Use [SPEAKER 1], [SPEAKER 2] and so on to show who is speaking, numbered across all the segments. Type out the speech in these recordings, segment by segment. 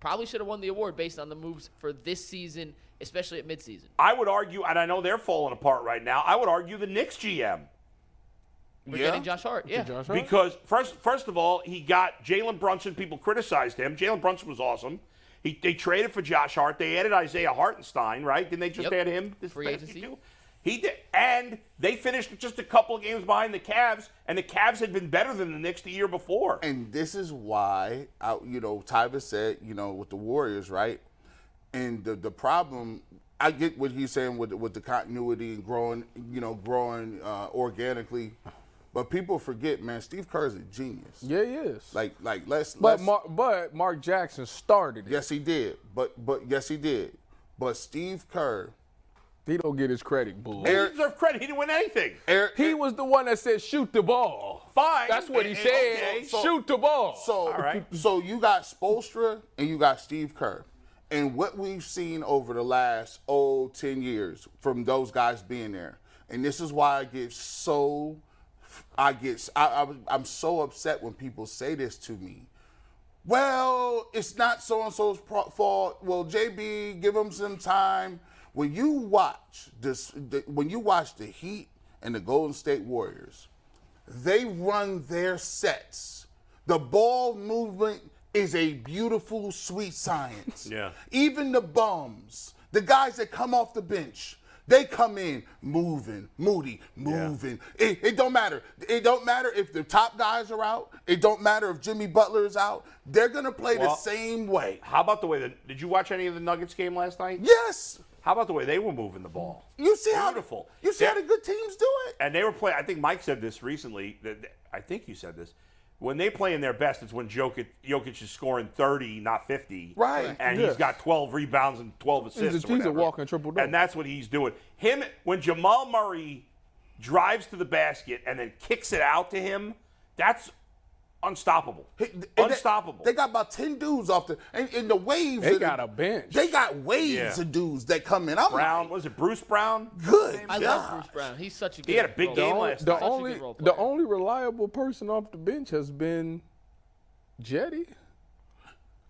[SPEAKER 1] probably should have won the award based on the moves for this season, especially at midseason.
[SPEAKER 2] I would argue, and I know they're falling apart right now. I would argue the Knicks GM
[SPEAKER 1] We're getting Josh Hart. Yeah.
[SPEAKER 3] Uh-huh.
[SPEAKER 2] because first, first of all, he got Jalen Brunson. People criticized him. Jalen Brunson was awesome. He, they traded for Josh Hart. They added Isaiah Hartenstein, right? Didn't they just
[SPEAKER 1] Yep.
[SPEAKER 2] add him? This
[SPEAKER 1] Free
[SPEAKER 2] past
[SPEAKER 1] agency.
[SPEAKER 2] year, too? He did, and they finished just a couple of games behind the Cavs, and the Cavs had been better than the Knicks the year before.
[SPEAKER 4] And this is why, I, you know, Tyler said, you know, with the Warriors, right? And the the problem, I get what he's saying with with the continuity and growing, you know, growing uh, organically, but people forget, man, Steve Kerr is a genius.
[SPEAKER 3] Yeah, he is.
[SPEAKER 4] Like like let's
[SPEAKER 3] but
[SPEAKER 4] let's,
[SPEAKER 3] Mar- but Mark Jackson started it.
[SPEAKER 4] yes he did, but but yes he did, but Steve Kerr,
[SPEAKER 3] He don't get his credit, bull.
[SPEAKER 2] he didn't deserve credit. He didn't win anything.
[SPEAKER 4] Eric,
[SPEAKER 3] He was the one that said shoot the ball.
[SPEAKER 2] Fine.
[SPEAKER 3] That's what he
[SPEAKER 2] Okay,
[SPEAKER 3] said.
[SPEAKER 2] okay.
[SPEAKER 4] So-
[SPEAKER 3] shoot the ball.
[SPEAKER 4] So,
[SPEAKER 2] right.
[SPEAKER 4] so you got Spolstra and you got Steve Kerr. And what we've seen over the last, oh, 10 years from those guys being there. And this is why I get so, I get, I, I, I'm so upset when people say this to me. Well, it's not so and so's fault. Well, JB, give him some time. When you watch this, the, when you watch the Heat and the Golden State Warriors, they run their sets. The ball movement is a beautiful, sweet science.
[SPEAKER 2] Yeah.
[SPEAKER 4] Even the bums, the guys that come off the bench, they come in moving, moody, moving. It, it don't matter. It don't matter if the top guys are out. It don't matter if Jimmy Butler is out. They're gonna play the
[SPEAKER 2] Well-
[SPEAKER 4] same way.
[SPEAKER 2] How about the way that? Did you watch any of the Nuggets game last night?
[SPEAKER 4] Yes.
[SPEAKER 2] How about the way they were moving the ball?
[SPEAKER 4] You see how
[SPEAKER 2] Beautiful.
[SPEAKER 4] You see
[SPEAKER 2] Yeah.
[SPEAKER 4] how the good teams do it.
[SPEAKER 2] and they were playing. I think Mike said this recently. That I think you said this. When they play in their best, it's when Jokic, Jokic is scoring 30, not 50.
[SPEAKER 4] Right.
[SPEAKER 2] And
[SPEAKER 3] Yes.
[SPEAKER 2] he's got 12 rebounds and 12 assists.
[SPEAKER 3] he's a
[SPEAKER 2] or whatever.
[SPEAKER 3] walking triple-double.
[SPEAKER 2] And that's what he's doing. Him when Jamal Murray drives to the basket and then kicks it out to him, that's unstoppable.
[SPEAKER 4] And they-
[SPEAKER 2] unstoppable.
[SPEAKER 4] They, got about ten dudes off the and, and the waves.
[SPEAKER 3] They
[SPEAKER 4] of the-
[SPEAKER 3] got a bench.
[SPEAKER 4] They got waves
[SPEAKER 2] Yeah.
[SPEAKER 4] of dudes that come in. I'm
[SPEAKER 2] Brown,
[SPEAKER 4] like,
[SPEAKER 2] was it Bruce Brown?
[SPEAKER 4] good.
[SPEAKER 1] I
[SPEAKER 4] God.
[SPEAKER 1] love Bruce Brown. He's such a good
[SPEAKER 2] had a big
[SPEAKER 1] role
[SPEAKER 2] game
[SPEAKER 1] player.
[SPEAKER 2] last
[SPEAKER 3] the
[SPEAKER 2] Such a good
[SPEAKER 3] only
[SPEAKER 1] role
[SPEAKER 3] the
[SPEAKER 1] player.
[SPEAKER 3] only reliable person off the bench has been Jetty.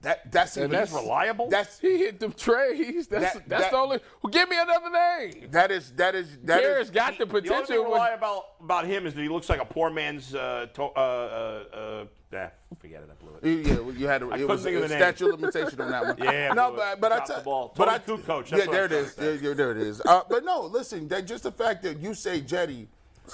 [SPEAKER 4] That that's
[SPEAKER 3] And
[SPEAKER 2] He's
[SPEAKER 3] that's-
[SPEAKER 2] reliable.
[SPEAKER 4] that's
[SPEAKER 3] He hit them trades. That's
[SPEAKER 4] That-
[SPEAKER 3] that's
[SPEAKER 4] that-
[SPEAKER 3] the only. Well, give me another name.
[SPEAKER 4] that is that is that
[SPEAKER 3] Harris
[SPEAKER 4] is
[SPEAKER 3] got the
[SPEAKER 2] the only thing
[SPEAKER 3] potential.
[SPEAKER 2] we
[SPEAKER 3] when-
[SPEAKER 2] lie about about him is that he looks like a poor man's. Uh, to- uh, uh, uh, nah, forget it. I blew it.
[SPEAKER 4] Yeah, well, you had to. It
[SPEAKER 2] couldn't
[SPEAKER 4] was
[SPEAKER 2] think of
[SPEAKER 4] a
[SPEAKER 2] the name.
[SPEAKER 4] statute of limitation on that one.
[SPEAKER 2] Yeah,
[SPEAKER 4] no,
[SPEAKER 2] but
[SPEAKER 4] but but I
[SPEAKER 2] drop
[SPEAKER 4] tell,
[SPEAKER 2] the ball.
[SPEAKER 4] but
[SPEAKER 2] Tony
[SPEAKER 4] I
[SPEAKER 2] Kukoc, that's
[SPEAKER 4] yeah,
[SPEAKER 2] what I'm
[SPEAKER 4] there it
[SPEAKER 2] trying
[SPEAKER 4] is.
[SPEAKER 2] to say.
[SPEAKER 4] Yeah, yeah, there it is. Uh, but no, listen, that just the fact that you say Jetty,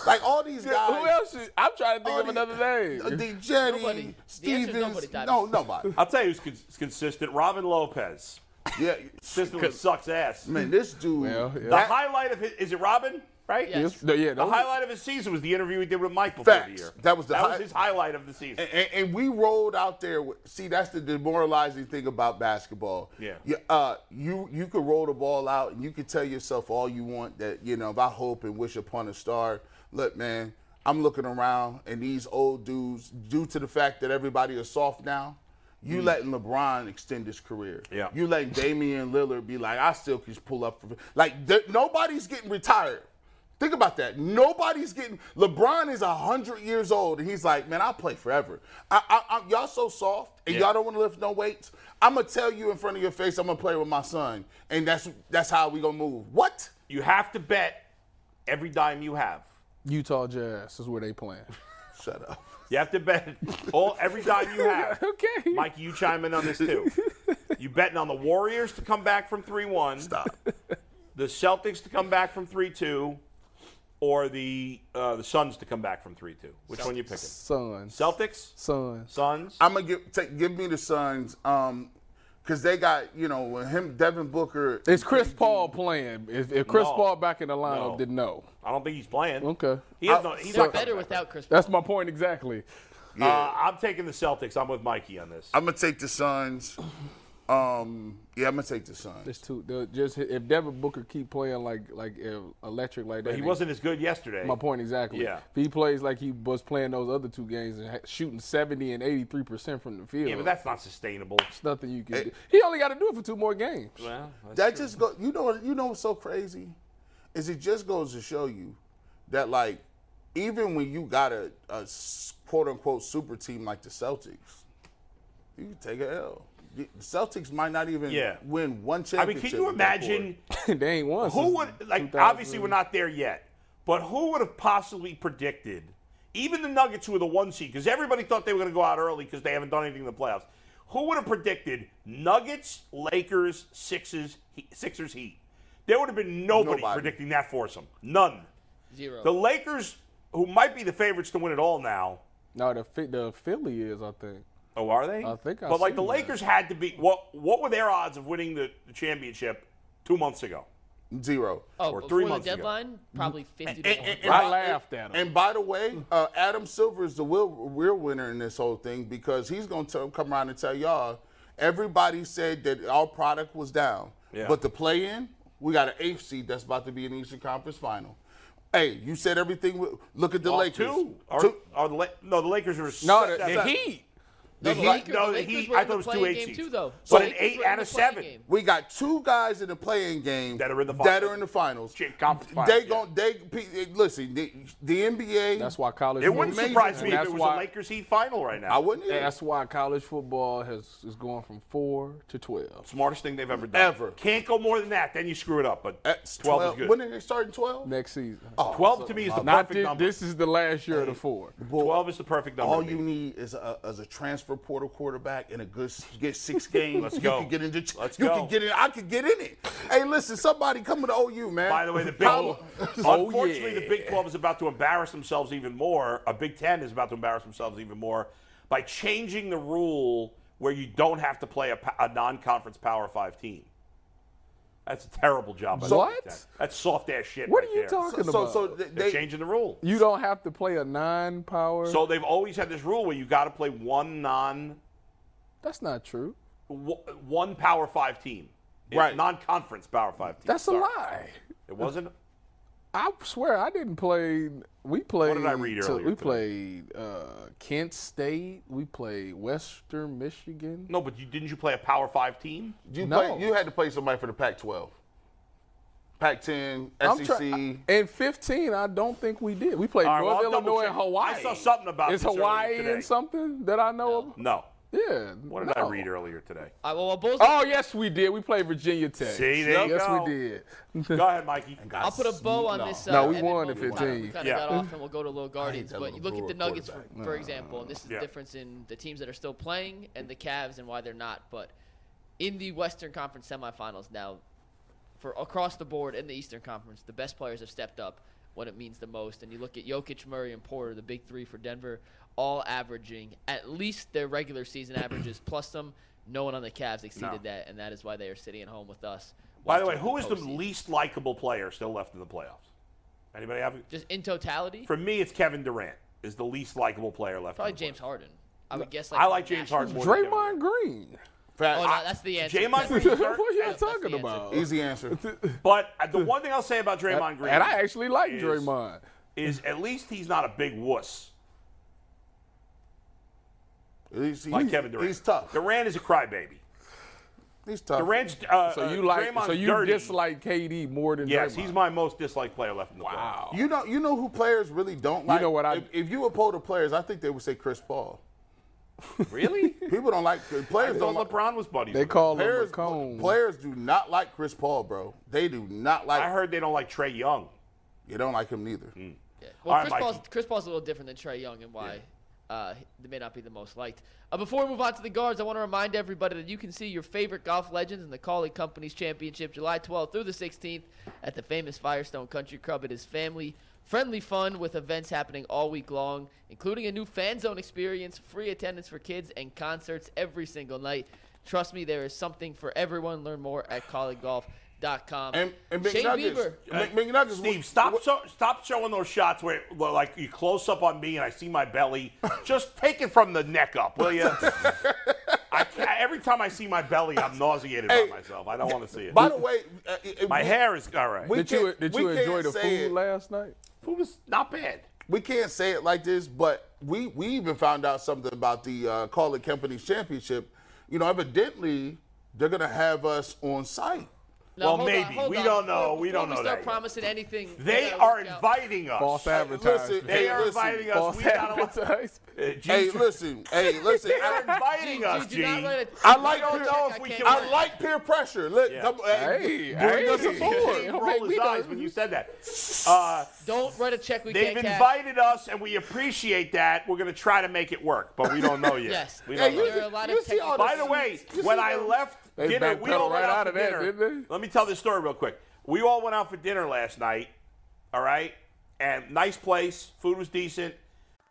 [SPEAKER 4] like all these guys.
[SPEAKER 3] Who else? Is, I'm trying to think
[SPEAKER 4] all
[SPEAKER 3] of
[SPEAKER 4] these-
[SPEAKER 3] another name.
[SPEAKER 4] uh, The
[SPEAKER 1] Nobody.
[SPEAKER 4] Jetty,
[SPEAKER 1] The answer is
[SPEAKER 4] Stevens.
[SPEAKER 1] nobody, Tyler.
[SPEAKER 4] no, nobody.
[SPEAKER 2] I'll tell you who's cons- consistent. Robin Lopez
[SPEAKER 4] yeah,
[SPEAKER 2] consistently sucks ass.
[SPEAKER 4] man, this dude.
[SPEAKER 3] Well, yeah.
[SPEAKER 2] The highlight of his is it Robin? Right.
[SPEAKER 1] Yes.
[SPEAKER 3] Yes, no, yeah,
[SPEAKER 2] The
[SPEAKER 3] those-
[SPEAKER 2] highlight of his season was the interview he did with Mike before the
[SPEAKER 4] Facts.
[SPEAKER 2] year.
[SPEAKER 4] That was the
[SPEAKER 2] that
[SPEAKER 4] hi-
[SPEAKER 2] was his highlight of the season.
[SPEAKER 4] and, and we rolled out there. With, see, that's the demoralizing thing about basketball.
[SPEAKER 2] Yeah.
[SPEAKER 4] You, uh, you you could roll the ball out, and you could tell yourself all you want that you know. If I hope and wish upon a star, look, man, I'm looking around, and these old dudes, due to the fact that everybody is soft now. You letting LeBron extend his career.
[SPEAKER 2] Mm. Yeah.
[SPEAKER 4] You letting Damian Lillard be like, I still can pull up for like there, nobody's getting retired. Think about that. Nobody's getting. LeBron is hundred years old, and he's like, man, I'll play forever. I, I, I, y'all so soft, and y'all don't want to lift no weights. I'm gonna tell you in front of your face, I'm gonna play with my son, and that's that's how we gonna move. What?
[SPEAKER 2] You have to bet every dime you have.
[SPEAKER 3] Utah Jazz is where they playing.
[SPEAKER 4] Shut up.
[SPEAKER 2] You have to bet all every dime you have.
[SPEAKER 3] Okay.
[SPEAKER 2] Mikey, you chime in on this too. You betting on the Warriors to come back from three one.
[SPEAKER 4] Stop.
[SPEAKER 2] the Celtics to come back from 3-2 or the uh, the Suns to come back from 3-2. Which one you picking?
[SPEAKER 3] Sons.
[SPEAKER 2] Celtics?
[SPEAKER 3] Sons.
[SPEAKER 2] Suns?
[SPEAKER 4] I'm gonna give take, give me the Suns, um, cause they got you know when him Devin Booker.
[SPEAKER 3] Is Chris Paul playing? If, if Chris
[SPEAKER 2] No.
[SPEAKER 3] Paul back in the lineup,
[SPEAKER 2] No.
[SPEAKER 3] then no.
[SPEAKER 2] I don't think he's playing.
[SPEAKER 3] Okay.
[SPEAKER 2] He has no, he's
[SPEAKER 1] They're
[SPEAKER 2] not coming
[SPEAKER 1] better
[SPEAKER 2] back.
[SPEAKER 1] without Chris Paul.
[SPEAKER 3] That's my point exactly.
[SPEAKER 2] Uh, I'm taking the Celtics. I'm with Mikey on this.
[SPEAKER 4] I'm gonna take the Suns. Um, yeah, I'm gonna take the Suns.
[SPEAKER 3] It's too the, just if Devin Booker keep playing like like uh, electric like that.
[SPEAKER 2] He
[SPEAKER 3] they-
[SPEAKER 2] wasn't as good yesterday.
[SPEAKER 3] My point exactly.
[SPEAKER 2] Yeah.
[SPEAKER 3] If he plays like he was playing those other two games and ha- shooting 70 and 83 percent from the field.
[SPEAKER 2] Yeah, but that's not sustainable.
[SPEAKER 3] it's nothing you can do. He only got to do it for two more games.
[SPEAKER 2] Well,
[SPEAKER 4] That just go. You know. You know what's so crazy is it just goes to show you that like even when you got a, a quote unquote super team like the Celtics, you can take a L. The Celtics might not even
[SPEAKER 2] Yeah.
[SPEAKER 4] win
[SPEAKER 2] I
[SPEAKER 4] one championship.
[SPEAKER 2] mean, can you
[SPEAKER 4] with that core.
[SPEAKER 2] imagine
[SPEAKER 3] they ain't won.
[SPEAKER 2] who
[SPEAKER 3] since
[SPEAKER 2] would like?
[SPEAKER 3] 2000.
[SPEAKER 2] Obviously, we're not there yet, but who would have possibly predicted? Even the Nuggets, who were the one seed, because everybody thought they were going to go out early because they haven't done anything in the playoffs. Who would have predicted Nuggets, Lakers, Sixers, Heat- Sixers, Heat? There would have been nobody,
[SPEAKER 4] Nobody.
[SPEAKER 2] predicting that foursome. None.
[SPEAKER 1] Zero.
[SPEAKER 2] The Lakers, who might be the favorites to win it all now.
[SPEAKER 3] No, the Phi- the Philly is, I think.
[SPEAKER 2] Oh, are they?
[SPEAKER 3] I think I
[SPEAKER 2] But like
[SPEAKER 3] seen
[SPEAKER 2] the
[SPEAKER 3] that.
[SPEAKER 2] Lakers had to be. What What were their odds of winning the, the championship two months ago?
[SPEAKER 4] zero?
[SPEAKER 1] oh,
[SPEAKER 2] or
[SPEAKER 1] before
[SPEAKER 2] three
[SPEAKER 1] the
[SPEAKER 2] months ago. Mm-hmm.
[SPEAKER 1] deadline, probably 50 to
[SPEAKER 2] and-
[SPEAKER 1] 100.
[SPEAKER 2] and-
[SPEAKER 3] I laughed at him.
[SPEAKER 4] And by the way, uh, Adam Silver is the real, real winner in this whole thing because he's going to come around and tell y'all everybody said that our product was down.
[SPEAKER 2] Yeah.
[SPEAKER 4] But the play in, we got an eighth seed that's about to be in the Eastern Conference final. Hey, you said everything. with- Look at the
[SPEAKER 2] Well,
[SPEAKER 4] Lakers.
[SPEAKER 2] Two. Are,
[SPEAKER 4] Two-
[SPEAKER 2] are the La- no, the Lakers are.
[SPEAKER 3] No,
[SPEAKER 2] se-
[SPEAKER 3] the,
[SPEAKER 2] that's-
[SPEAKER 3] the Heat.
[SPEAKER 4] the
[SPEAKER 1] the
[SPEAKER 4] Heat-
[SPEAKER 1] Lakers-
[SPEAKER 2] No, the
[SPEAKER 1] Lakers
[SPEAKER 2] Heat.
[SPEAKER 1] were in
[SPEAKER 2] I
[SPEAKER 1] the
[SPEAKER 2] thought it was two
[SPEAKER 1] play-in
[SPEAKER 2] eight
[SPEAKER 1] game
[SPEAKER 2] seeds.
[SPEAKER 1] too, though.
[SPEAKER 2] But
[SPEAKER 1] The
[SPEAKER 2] an
[SPEAKER 1] Lakers
[SPEAKER 2] eight
[SPEAKER 1] were in
[SPEAKER 2] out
[SPEAKER 1] the
[SPEAKER 2] of
[SPEAKER 1] play-in
[SPEAKER 2] seven.
[SPEAKER 1] game.
[SPEAKER 4] We got two guys in the playing game
[SPEAKER 2] That are in the
[SPEAKER 4] That
[SPEAKER 2] finals.
[SPEAKER 4] are in the finals.
[SPEAKER 2] Shit, conference finals,
[SPEAKER 4] They
[SPEAKER 2] yeah.
[SPEAKER 4] gon' they pe- listen. The, the NBA.
[SPEAKER 3] That's why college.
[SPEAKER 2] It wouldn't
[SPEAKER 4] Amazing.
[SPEAKER 2] surprise me
[SPEAKER 3] And
[SPEAKER 2] if
[SPEAKER 3] that's
[SPEAKER 2] it was
[SPEAKER 3] why,
[SPEAKER 2] a Lakers Heat final right now.
[SPEAKER 4] I wouldn't either.
[SPEAKER 3] That's why college football has is going from four to twelve.
[SPEAKER 2] Smartest thing they've ever done.
[SPEAKER 4] Ever.
[SPEAKER 2] Can't go more than that. Then you screw it up. But
[SPEAKER 4] That's
[SPEAKER 2] 12, is good.
[SPEAKER 4] When did they start in twelve?
[SPEAKER 3] Next season.
[SPEAKER 2] 12 to me is the
[SPEAKER 3] not
[SPEAKER 2] Oh, perfect
[SPEAKER 3] thi-
[SPEAKER 2] number.
[SPEAKER 3] this is the last year of the four.
[SPEAKER 2] 12 is the perfect number.
[SPEAKER 4] All
[SPEAKER 2] to
[SPEAKER 4] you
[SPEAKER 2] me.
[SPEAKER 4] need is a, is a transfer portal quarterback and a good s- get six games.
[SPEAKER 2] Let's
[SPEAKER 4] you
[SPEAKER 2] go.
[SPEAKER 4] Can get into,
[SPEAKER 2] Let's
[SPEAKER 4] you
[SPEAKER 2] go.
[SPEAKER 4] can get in. I could get in it. Hey, listen, somebody coming to OU, man.
[SPEAKER 2] By the way, the Big
[SPEAKER 4] How-
[SPEAKER 3] Oh,
[SPEAKER 2] unfortunately, the Big 12 is about to embarrass themselves even more. A Big 10 is about to embarrass themselves even more by changing the rule where you don't have to play a, pa- a non-conference Power Five team. That's a terrible job. By the Big
[SPEAKER 3] What?
[SPEAKER 2] 10. That's soft ass shit.
[SPEAKER 3] What
[SPEAKER 2] right
[SPEAKER 3] are you
[SPEAKER 2] there.
[SPEAKER 4] so,
[SPEAKER 3] talking
[SPEAKER 4] so,
[SPEAKER 3] about?
[SPEAKER 4] so th-
[SPEAKER 2] They're
[SPEAKER 4] they,
[SPEAKER 2] changing the rule.
[SPEAKER 3] you don't have to play a nine-power.
[SPEAKER 2] So they've always had this rule where you got to play one non,
[SPEAKER 3] That's not true.
[SPEAKER 2] w- one Power Five team,
[SPEAKER 4] Right.
[SPEAKER 2] Non-conference Power Five team.
[SPEAKER 3] That's
[SPEAKER 2] Sorry.
[SPEAKER 3] a lie.
[SPEAKER 2] It wasn't.
[SPEAKER 3] I swear I didn't play. We played.
[SPEAKER 2] did I read
[SPEAKER 3] to-
[SPEAKER 2] earlier
[SPEAKER 3] We
[SPEAKER 2] today?
[SPEAKER 3] played uh, Kent State. We played Western Michigan.
[SPEAKER 2] No, but you didn't you play a Power Five team?
[SPEAKER 4] you
[SPEAKER 3] No.
[SPEAKER 4] play, you had to play somebody for the Pac-12, Pac-10,
[SPEAKER 3] I'm
[SPEAKER 4] SEC.
[SPEAKER 3] try- and 15, I don't think we did. We played
[SPEAKER 2] All right,
[SPEAKER 3] North
[SPEAKER 2] well, I'll double
[SPEAKER 3] Illinois and
[SPEAKER 2] check.
[SPEAKER 3] Hawaii.
[SPEAKER 2] I saw something about
[SPEAKER 3] Is
[SPEAKER 2] this earlier
[SPEAKER 3] Hawaii
[SPEAKER 2] today.
[SPEAKER 3] in something that I know
[SPEAKER 2] No.
[SPEAKER 3] of? Yeah.
[SPEAKER 2] What did I
[SPEAKER 3] no.
[SPEAKER 2] read earlier today?
[SPEAKER 1] All right, well, while Bulls-
[SPEAKER 3] Oh yes, we did. We played Virginia Tech.
[SPEAKER 2] See, there you
[SPEAKER 3] yes,
[SPEAKER 2] go.
[SPEAKER 3] we did.
[SPEAKER 2] Go ahead, Mikey.
[SPEAKER 1] I'll put a bow on this. Uh,
[SPEAKER 3] No, we
[SPEAKER 1] Evan
[SPEAKER 3] won
[SPEAKER 1] Mobley
[SPEAKER 3] in
[SPEAKER 1] one. We
[SPEAKER 3] 15.
[SPEAKER 1] kind of
[SPEAKER 2] Yeah.
[SPEAKER 1] got off, and we'll go to little Guardians.
[SPEAKER 4] that
[SPEAKER 1] But you
[SPEAKER 4] little
[SPEAKER 1] look at the
[SPEAKER 4] Brewer
[SPEAKER 1] Nuggets, for, for example, and this is
[SPEAKER 2] Yeah.
[SPEAKER 1] the difference in the teams that are still playing and the Cavs and why they're not. But in the Western Conference semifinals now, for across the board in the Eastern Conference, the best players have stepped up when it means the most. And you look at Jokic, Murray, and Porter, the big three for Denver, all averaging at least their regular season averages plus some. No one on the Cavs exceeded that, and that is why they are sitting at home with us.
[SPEAKER 2] By the way,
[SPEAKER 1] watching
[SPEAKER 2] who is the
[SPEAKER 1] postseason.
[SPEAKER 2] least likable player still left in the playoffs? Anybody have?
[SPEAKER 1] Just in totality,
[SPEAKER 2] For me, it's Kevin Durant is the least likable player left.
[SPEAKER 1] Probably
[SPEAKER 2] in the
[SPEAKER 1] James
[SPEAKER 2] playoffs.
[SPEAKER 1] Harden. I would guess. Like
[SPEAKER 2] I like James Harden more. than Kevin
[SPEAKER 3] Draymond Green.
[SPEAKER 1] Oh, no, that's the answer.
[SPEAKER 2] Draymond
[SPEAKER 1] That's-
[SPEAKER 2] Green.
[SPEAKER 3] what are you
[SPEAKER 1] Yeah, that's the
[SPEAKER 3] talking
[SPEAKER 1] answer.
[SPEAKER 3] about?
[SPEAKER 4] Easy answer.
[SPEAKER 2] Durant. But uh, the one thing I'll say about Draymond Green
[SPEAKER 3] And I actually like
[SPEAKER 2] is-
[SPEAKER 3] Draymond.
[SPEAKER 2] is at least he's not a big wuss
[SPEAKER 4] He's,
[SPEAKER 2] like
[SPEAKER 4] he's-
[SPEAKER 2] Kevin Durant.
[SPEAKER 4] He's tough.
[SPEAKER 2] Durant is a crybaby.
[SPEAKER 4] He's tough.
[SPEAKER 2] Durant's uh,
[SPEAKER 3] So you
[SPEAKER 2] uh,
[SPEAKER 3] like?
[SPEAKER 2] Draymond's
[SPEAKER 3] so you
[SPEAKER 2] dirty.
[SPEAKER 3] dislike KD more than
[SPEAKER 2] Yes,
[SPEAKER 3] Draymond?
[SPEAKER 2] he's my most disliked player left in the playoffs.
[SPEAKER 3] Wow.
[SPEAKER 4] You know, you know who players really don't like.
[SPEAKER 3] know what I-
[SPEAKER 4] If, if you were poll the players, I think they would say Chris Paul.
[SPEAKER 2] Really?
[SPEAKER 4] People don't like players.
[SPEAKER 2] I thought
[SPEAKER 4] don't like,
[SPEAKER 2] LeBron was buddies.
[SPEAKER 3] They
[SPEAKER 2] with him.
[SPEAKER 3] call him a
[SPEAKER 4] Players,
[SPEAKER 3] cone.
[SPEAKER 4] players do not like Chris Paul, bro. They do not like.
[SPEAKER 2] I heard Mm. they don't like Trey Young.
[SPEAKER 4] you don't like him neither.
[SPEAKER 1] Yeah. Well,
[SPEAKER 2] All right,
[SPEAKER 1] Chris, Paul's,
[SPEAKER 2] Mikey.
[SPEAKER 1] Chris Paul's a little different than Trey Young, and why uh, they may not be the most liked. Uh, before we move on to the guards, I want to remind everybody that you can see your favorite golf legends in the Callie Companies Championship, July 12th through the 16th, at the famous Firestone Country Club. It is family. Friendly fun with events happening all week long, including a new fan zone experience, free attendance for kids, and concerts every single night. Trust me, there is something for everyone. Learn more at colleaguegolf.com.
[SPEAKER 4] And, and
[SPEAKER 1] Shane
[SPEAKER 4] McNuggets,
[SPEAKER 1] Bieber.
[SPEAKER 4] Mc- McNuggets,
[SPEAKER 2] Steve,
[SPEAKER 4] what-
[SPEAKER 2] stop
[SPEAKER 4] what-
[SPEAKER 2] so, stop showing those shots where where, like you close up on me and I see my belly. Just take it from the neck up, will you? I, ca- every time I see my belly, I'm nauseated
[SPEAKER 4] Hey,
[SPEAKER 2] by myself. I don't want to see it.
[SPEAKER 4] By the way, uh, it-
[SPEAKER 2] my
[SPEAKER 4] we-
[SPEAKER 2] hair is all right.
[SPEAKER 4] we
[SPEAKER 3] Did you
[SPEAKER 4] can't-
[SPEAKER 3] did
[SPEAKER 4] we
[SPEAKER 3] you enjoy
[SPEAKER 4] can't
[SPEAKER 3] the
[SPEAKER 4] say
[SPEAKER 3] food
[SPEAKER 4] it.
[SPEAKER 3] last night?
[SPEAKER 2] Food was not bad.
[SPEAKER 4] we can't say it like this, but we we even found out something about the uh, Call It Companies Championship. You know, evidently they're gonna have us on site.
[SPEAKER 1] Now,
[SPEAKER 2] Well,
[SPEAKER 1] hold on,
[SPEAKER 2] maybe.
[SPEAKER 1] hold
[SPEAKER 2] We
[SPEAKER 1] on.
[SPEAKER 2] don't know.
[SPEAKER 1] Before-
[SPEAKER 2] We don't
[SPEAKER 1] before
[SPEAKER 2] know
[SPEAKER 1] start
[SPEAKER 2] that yet.
[SPEAKER 1] promising anything. we
[SPEAKER 2] They
[SPEAKER 1] gotta
[SPEAKER 2] are
[SPEAKER 1] work out.
[SPEAKER 2] inviting us. Uh,
[SPEAKER 3] False advertising.
[SPEAKER 2] They are
[SPEAKER 4] listen.
[SPEAKER 2] inviting us.
[SPEAKER 3] False
[SPEAKER 2] We got a lot.
[SPEAKER 3] advertising.
[SPEAKER 2] Uh,
[SPEAKER 4] Hey,
[SPEAKER 2] Jesus,
[SPEAKER 4] listen. Hey, listen.
[SPEAKER 2] they are
[SPEAKER 4] I,
[SPEAKER 2] inviting
[SPEAKER 1] Dude,
[SPEAKER 2] us,
[SPEAKER 1] do not
[SPEAKER 2] Gene.
[SPEAKER 1] let it-
[SPEAKER 4] I like-
[SPEAKER 2] I don't know if we
[SPEAKER 1] I
[SPEAKER 2] can-
[SPEAKER 1] can't
[SPEAKER 4] I like peer pressure. Look,
[SPEAKER 2] Yeah.
[SPEAKER 4] come, hey,
[SPEAKER 3] Hey,
[SPEAKER 4] bring us
[SPEAKER 3] hey.
[SPEAKER 2] He
[SPEAKER 4] aboard.
[SPEAKER 2] rolled his eyes when you said that. Uh,
[SPEAKER 1] Don't write a check we
[SPEAKER 2] they've
[SPEAKER 1] can't cash.
[SPEAKER 2] invited us, and we appreciate that. We're going to try to make it work, but we don't know yet.
[SPEAKER 1] Yes.
[SPEAKER 2] We
[SPEAKER 4] Hey,
[SPEAKER 2] don't know.
[SPEAKER 4] you,
[SPEAKER 1] There are a lot
[SPEAKER 4] you
[SPEAKER 1] of
[SPEAKER 4] see all
[SPEAKER 2] By the way,
[SPEAKER 4] suits. You
[SPEAKER 2] when
[SPEAKER 4] see
[SPEAKER 2] I
[SPEAKER 4] them?
[SPEAKER 2] left
[SPEAKER 3] They
[SPEAKER 2] dinner, we
[SPEAKER 3] backpedaled
[SPEAKER 2] all went
[SPEAKER 3] right
[SPEAKER 2] out
[SPEAKER 3] out
[SPEAKER 2] for
[SPEAKER 3] of that,
[SPEAKER 2] dinner.
[SPEAKER 3] didn't
[SPEAKER 2] Let me tell this story real quick. We all went out for dinner last night. All right, and nice place. Food was decent.